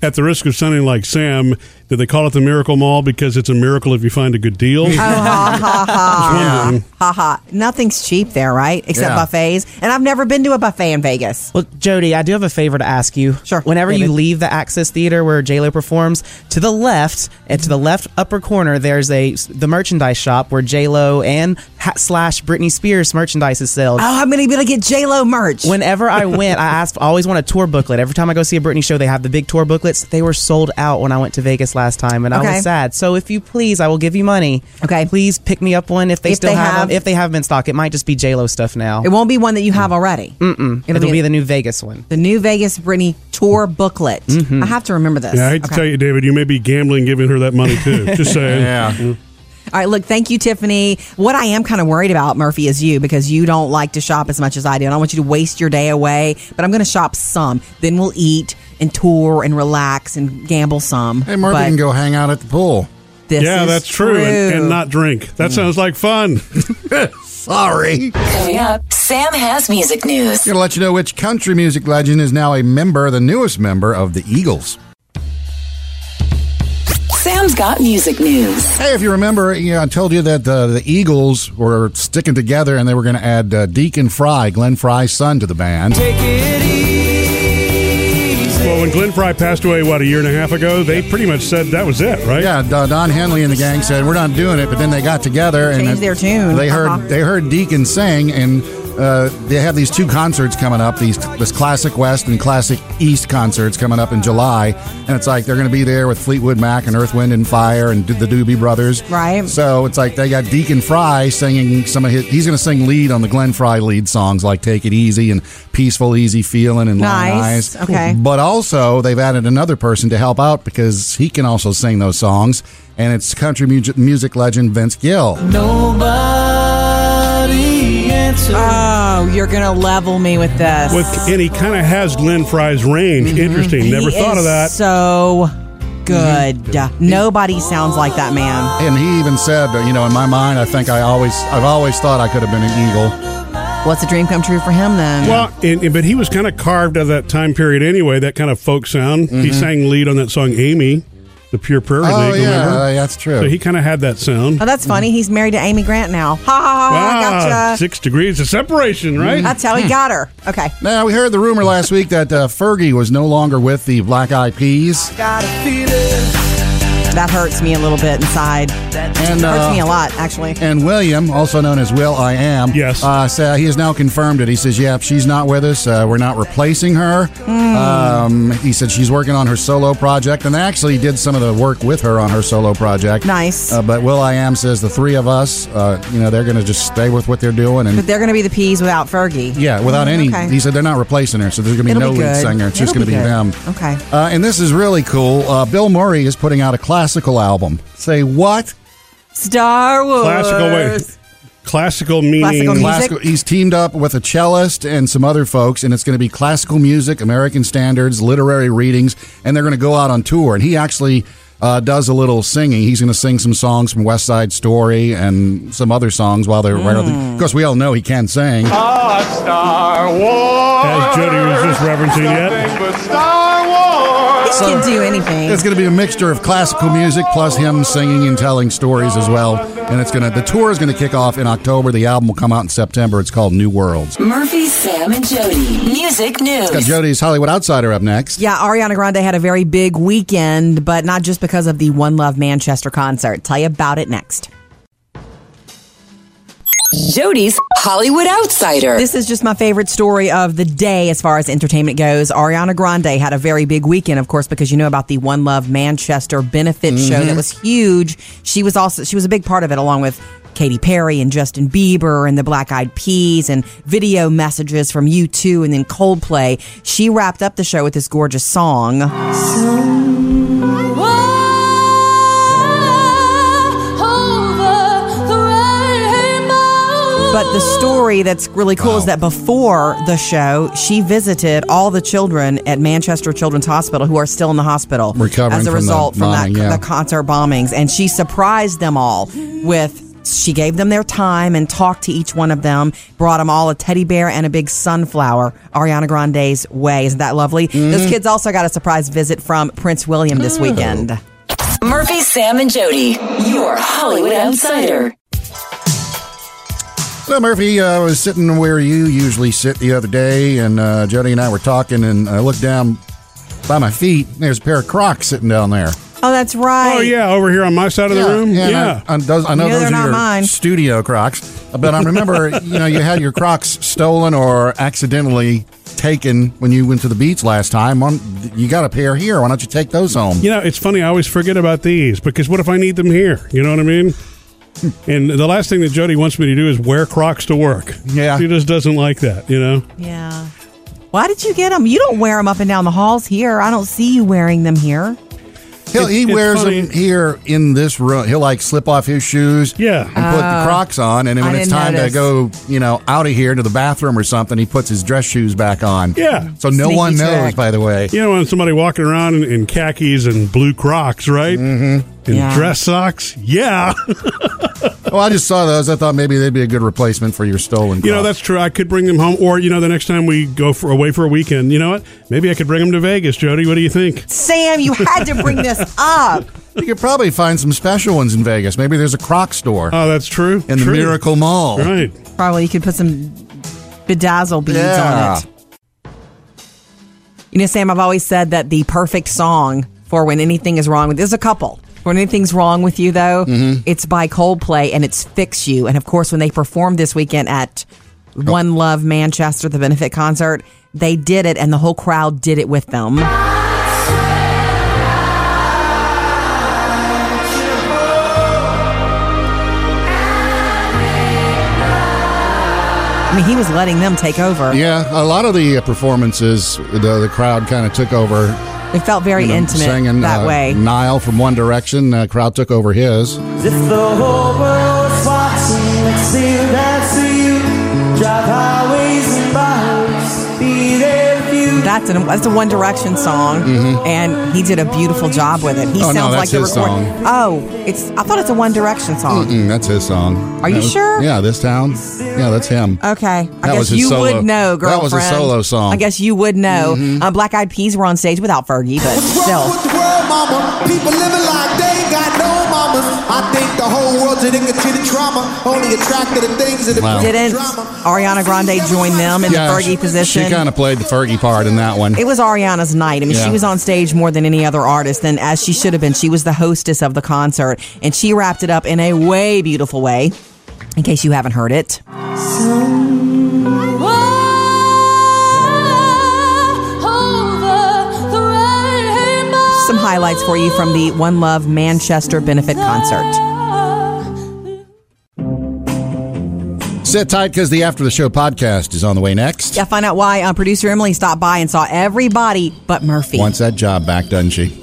[SPEAKER 1] At the risk of sounding like Sam, did they call it the Miracle Mall because it's a miracle if you find a good deal?
[SPEAKER 2] Oh, ha ha
[SPEAKER 1] Just
[SPEAKER 2] ha!
[SPEAKER 1] wondering.
[SPEAKER 2] Ha ha! Nothing's cheap there, right? Except
[SPEAKER 8] Yeah.
[SPEAKER 2] buffets. And I've never been to a buffet in Vegas.
[SPEAKER 8] Well, Jody, I do have a favor to ask you. Sure. Whenever you
[SPEAKER 2] David.
[SPEAKER 8] leave the Access Theater where J Lo performs, to the left and to the left upper corner, there's a the merchandise shop where J Lo and ha- slash Britney Spears merchandise is sold.
[SPEAKER 2] Oh, I'm gonna be able to get J Lo merch.
[SPEAKER 8] Whenever I went, I asked. I always want a tour booklet. Every time I go see a Britney show, they have the big tour booklets. They were sold out when I went to Vegas last time, and I
[SPEAKER 2] Okay.
[SPEAKER 8] was sad. So, if you please, I will give you money.
[SPEAKER 2] Okay.
[SPEAKER 8] Please pick me up one if they
[SPEAKER 2] If
[SPEAKER 8] still
[SPEAKER 2] they
[SPEAKER 8] have,
[SPEAKER 2] have-
[SPEAKER 8] them. If they have them in stock, it might just be J Lo stuff now.
[SPEAKER 2] It won't be one that you have already.
[SPEAKER 8] Mm-mm.
[SPEAKER 2] It'll
[SPEAKER 8] It'll,
[SPEAKER 2] be-
[SPEAKER 8] be, the new Vegas one.
[SPEAKER 2] The New Vegas Britney tour booklet. I have to remember this.
[SPEAKER 1] Yeah, I hate to
[SPEAKER 2] Okay.
[SPEAKER 1] tell you, David, you may be gambling giving her that money too. Just saying.
[SPEAKER 3] yeah.
[SPEAKER 2] All right, look, thank you, Tiffany. What I am kind of worried about, Murphy, is you because you don't like to shop as much as I do. And I want you to waste your day away, but I'm going to shop some. Then we'll eat and tour and relax and gamble some.
[SPEAKER 3] Hey, Murphy
[SPEAKER 2] But
[SPEAKER 3] can go hang out at the pool.
[SPEAKER 2] This
[SPEAKER 1] yeah,
[SPEAKER 2] is Mm.
[SPEAKER 1] that's true. And, and not drink. That sounds like fun.
[SPEAKER 3] Sorry.
[SPEAKER 4] Coming up, Sam has music news.
[SPEAKER 3] Gonna let you know which country music legend is now a member, the newest member of the Eagles.
[SPEAKER 4] Sam's got music news.
[SPEAKER 3] Hey, if you remember, you know, I told you that the, the Eagles were sticking together and they were going to add uh, Deacon Fry, Glenn Fry's son, to the band.
[SPEAKER 1] Well, when Glenn Fry passed away, what, a year and a half ago, they pretty much said that was it, right?
[SPEAKER 3] Yeah, Don Don Henley and the gang said we're not doing it, but then they got together and
[SPEAKER 2] Changed their tune.
[SPEAKER 3] They heard
[SPEAKER 2] Uh-huh.
[SPEAKER 3] they heard Deacon sing, and uh, they have these two concerts coming up. These this classic West and classic East concerts coming up in July, and it's like they're going to be there with Fleetwood Mac and Earth, Wind and Fire and the Doobie Brothers.
[SPEAKER 2] Right.
[SPEAKER 3] So it's like they got Deacon Fry singing some of his. He's going to sing lead on the Glenn Fry lead songs like "Take It Easy" and "Peaceful Easy Feeling" and "Long
[SPEAKER 2] Nice.
[SPEAKER 3] Eyes."
[SPEAKER 2] Okay.
[SPEAKER 3] But also, they've added another person to help out because he can also sing those songs, and it's country music, music legend Vince Gill.
[SPEAKER 11] Nobody answers.
[SPEAKER 2] Oh, you're going to level me with this.
[SPEAKER 1] With, and he kind of has Glenn Fry's range.
[SPEAKER 3] Mm-hmm.
[SPEAKER 1] Interesting. Never
[SPEAKER 2] He
[SPEAKER 1] thought
[SPEAKER 2] is
[SPEAKER 1] of that. Mm-hmm.
[SPEAKER 2] So good. Nobody sounds like that man.
[SPEAKER 3] And he even said, uh, you know, in my mind, I think I always, I've always thought I could have been an eagle.
[SPEAKER 2] What's a dream come true for him then?
[SPEAKER 1] Well, and, and- but he was kind of carved out of that time period anyway, that kind of folk sound. He sang lead on that song Amy, the Pure Prairie
[SPEAKER 3] Mm-hmm. Oh,
[SPEAKER 1] League,
[SPEAKER 3] yeah,
[SPEAKER 1] remember?
[SPEAKER 3] uh, that's true.
[SPEAKER 1] So he kind of had that sound.
[SPEAKER 2] oh, that's
[SPEAKER 3] Mm.
[SPEAKER 2] funny. He's married to Amy Grant now. Ha ha ha!
[SPEAKER 1] Wow,
[SPEAKER 2] Gotcha.
[SPEAKER 1] Ah, six degrees of separation, right?
[SPEAKER 2] That's
[SPEAKER 3] Hmm.
[SPEAKER 2] how he got her. Okay.
[SPEAKER 3] Now, we heard the rumor last week that uh, Fergie was no longer with the Black Eyed Peas.
[SPEAKER 11] Got a feeling.
[SPEAKER 2] That hurts me a little bit inside.
[SPEAKER 3] And,
[SPEAKER 2] hurts
[SPEAKER 3] uh,
[SPEAKER 2] me a lot, actually.
[SPEAKER 3] And William, also known as Will I Am, yes, uh, sa he has now confirmed it. He says, "Yeah, she's not with us. Uh, we're not replacing her."
[SPEAKER 2] Hmm.
[SPEAKER 3] Um, he said she's working on her solo project, and they actually did some of the work with her on her solo project.
[SPEAKER 2] Nice.
[SPEAKER 3] Uh, but Will I Am says the three of us, uh, you know, they're going to just stay with what they're doing, and
[SPEAKER 2] But they're going to be the peas without Fergie.
[SPEAKER 3] yeah, without any.
[SPEAKER 2] Mm, Okay.
[SPEAKER 3] He said they're not replacing her, so there's going to be
[SPEAKER 2] It'll
[SPEAKER 3] no
[SPEAKER 2] be
[SPEAKER 3] lead
[SPEAKER 2] good.
[SPEAKER 3] singer. It's just
[SPEAKER 2] It'll
[SPEAKER 3] going to
[SPEAKER 2] be
[SPEAKER 3] be
[SPEAKER 2] good.
[SPEAKER 3] them.
[SPEAKER 2] Okay.
[SPEAKER 3] Uh, and this is really cool. Uh, Bill Murray is putting out a classical album. Say what?
[SPEAKER 2] Star Wars.
[SPEAKER 1] Classical way. Classical meaning.
[SPEAKER 3] He's teamed up with a cellist and some other folks, and it's going to be classical music, American standards, literary readings, and they're going to go out on tour. And he actually uh, does a little singing. He's going to sing some songs from West Side Story and some other songs while they're. Of course, we all know he can sing.
[SPEAKER 7] A Ah, Star Wars.
[SPEAKER 1] As Jody was just referencing
[SPEAKER 7] Nothing but Star Wars.
[SPEAKER 3] So-
[SPEAKER 2] can do anything.
[SPEAKER 3] It's going to be a mixture of classical music plus him singing and telling stories as well. And it's going to the tour is going to kick off in October. The album will come out in September. It's called New Worlds.
[SPEAKER 4] Murphy, Sam, and Jody. Music
[SPEAKER 3] Got
[SPEAKER 4] news.
[SPEAKER 3] Jody's Hollywood Outsider up next.
[SPEAKER 2] Yeah, Ariana Grande had a very big weekend, but not just because of the One Love Manchester concert. Tell you about it next.
[SPEAKER 4] Jody's Hollywood Outsider.
[SPEAKER 2] This is just my favorite story of the day as far as entertainment goes. Ariana Grande had a very big weekend, of course, because you know about the One Love Manchester benefit show
[SPEAKER 15] Mhm.
[SPEAKER 2] that was huge. She was also she was a big part of it along with Katy Perry and Justin Bieber and the Black Eyed Peas and video messages from U2 and then Coldplay. She wrapped up the show with this gorgeous song. But the story that's really cool is that before the show, she visited all the children at Manchester Children's Hospital who are still in the hospital
[SPEAKER 3] Recovering
[SPEAKER 2] as a
[SPEAKER 3] from the
[SPEAKER 2] result from
[SPEAKER 3] bombing,
[SPEAKER 2] that
[SPEAKER 3] yeah.
[SPEAKER 2] the concert bombings, and she surprised them all with. She gave them their time and talked to each one of them, brought them all a teddy bear and a big sunflower, Ariana Grande's way. Isn't that lovely?
[SPEAKER 3] Mm-hmm.
[SPEAKER 2] Those kids also got a surprise visit from Prince William this
[SPEAKER 3] Oh.
[SPEAKER 2] weekend.
[SPEAKER 4] Murphy, Sam, and Jody. Your Hollywood Outsider.
[SPEAKER 3] So Murphy, uh, I was sitting where you usually sit the other day, and uh, Jody and I were talking, and I looked down by my feet. And there's a pair of Crocs sitting down there.
[SPEAKER 2] Oh, that's right.
[SPEAKER 1] Oh yeah, over here on my side of the room. Yeah.
[SPEAKER 3] and I, I, those, I know
[SPEAKER 2] You know
[SPEAKER 3] those
[SPEAKER 2] they're
[SPEAKER 3] are
[SPEAKER 2] not
[SPEAKER 3] your
[SPEAKER 2] mine.
[SPEAKER 3] studio Crocs, but I remember you know you had your Crocs stolen or accidentally taken when you went to the beach last time. On you got a pair here. Why don't you take those home?
[SPEAKER 1] You know, it's funny. I always forget about these because what if I need them here? You know what I mean? And the last thing that Jody wants me to do is wear Crocs to work. Yeah, she just doesn't like that. You know.
[SPEAKER 2] Yeah. Why did you get them? You don't wear them up and down the halls here. I don't see you wearing them here.
[SPEAKER 3] He'll, he
[SPEAKER 2] It's- it's
[SPEAKER 3] wears
[SPEAKER 2] funny.
[SPEAKER 3] them here in this room. He'll like slip off his shoes,
[SPEAKER 1] yeah,
[SPEAKER 3] and put the
[SPEAKER 2] Oh.
[SPEAKER 3] Crocs on. And then
[SPEAKER 2] I
[SPEAKER 3] when it's
[SPEAKER 2] didn't
[SPEAKER 3] time
[SPEAKER 2] notice.
[SPEAKER 3] to go, you know, out of here to the bathroom or something, he puts his dress shoes back on.
[SPEAKER 1] Yeah.
[SPEAKER 3] So no
[SPEAKER 1] Sneaky
[SPEAKER 3] one knows,
[SPEAKER 1] trick.
[SPEAKER 3] by the way.
[SPEAKER 1] You know, when somebody walking around in, in khakis and blue Crocs, right? Mm-hmm. And
[SPEAKER 3] Yeah.
[SPEAKER 1] dress socks. Yeah.
[SPEAKER 3] well, I just saw those. I thought maybe they'd be a good replacement for your stolen. Crocs.
[SPEAKER 1] You know, that's true. I could bring them home, or you know, the next time we go for away for a weekend, you know what? Maybe I could bring them to Vegas, Jody. What do you think?
[SPEAKER 2] Sam, you had to bring this up.
[SPEAKER 3] You could probably find some special ones in Vegas. Maybe there's a Croc store.
[SPEAKER 1] Oh, that's true.
[SPEAKER 3] In the
[SPEAKER 1] True.
[SPEAKER 3] Miracle Mall.
[SPEAKER 1] Right.
[SPEAKER 2] Probably you could put some bedazzle beads
[SPEAKER 3] Yeah.
[SPEAKER 2] on it. You know, Sam, I've always said that the perfect song for when anything is wrong with there's a couple. When anything's wrong with you, though, it's by Coldplay and it's Fix You. And of course, when they performed this weekend at One Love Manchester, the benefit concert, they did it and the whole crowd did it with them. I mean, he was letting them take over.
[SPEAKER 3] Yeah, a lot of the uh, performances, the, the crowd kind of took over.
[SPEAKER 2] It felt very
[SPEAKER 3] you know,
[SPEAKER 2] intimate
[SPEAKER 3] singing,
[SPEAKER 2] that
[SPEAKER 3] uh,
[SPEAKER 2] way.
[SPEAKER 3] Nile from One Direction, uh, crowd took over his.
[SPEAKER 11] If the whole world's watching, let's see that's you. Drive highways and byways, be there if you.
[SPEAKER 2] That's an that's a One Direction song, and he did a beautiful job with it. He
[SPEAKER 3] Mm-hmm. Oh, no,
[SPEAKER 2] sounds like
[SPEAKER 3] that's
[SPEAKER 2] the
[SPEAKER 3] his
[SPEAKER 2] recording.
[SPEAKER 3] song.
[SPEAKER 2] Oh, it's I thought it's a One Direction song.
[SPEAKER 3] Mm-mm, that's his song.
[SPEAKER 2] Are you
[SPEAKER 3] That was-
[SPEAKER 2] sure?
[SPEAKER 3] Yeah, this town. Yeah, that's him.
[SPEAKER 2] Okay, I
[SPEAKER 3] That
[SPEAKER 2] guess
[SPEAKER 3] was his
[SPEAKER 2] you
[SPEAKER 3] solo-
[SPEAKER 2] would know, girlfriend.
[SPEAKER 3] that was his solo song. Mm-hmm.
[SPEAKER 2] I guess you would know. Uh, Black Eyed Peas were on stage without Fergie, but still.
[SPEAKER 9] World, mama. People living like they ain't got no mamas. I think the whole world to the, to the trauma. Only attracted to things that
[SPEAKER 3] Wow.
[SPEAKER 2] Didn't Ariana Grande join them in
[SPEAKER 3] Yeah,
[SPEAKER 2] the Fergie
[SPEAKER 3] she-
[SPEAKER 2] position?
[SPEAKER 3] She kind of played the Fergie part in that one.
[SPEAKER 2] It was Ariana's night. I mean,
[SPEAKER 3] Yeah.
[SPEAKER 2] she was on stage more than any other artist, and as she should have been, she was the hostess of the concert, and she wrapped it up in a way beautiful way. In case you haven't heard it, some highlights for you from the One Love Manchester benefit concert.
[SPEAKER 3] Sit tight because the After the Show podcast is on the way next.
[SPEAKER 2] Yeah, find out why uh, producer Emily stopped by and saw everybody but Murphy.
[SPEAKER 3] Wants that job back, doesn't she?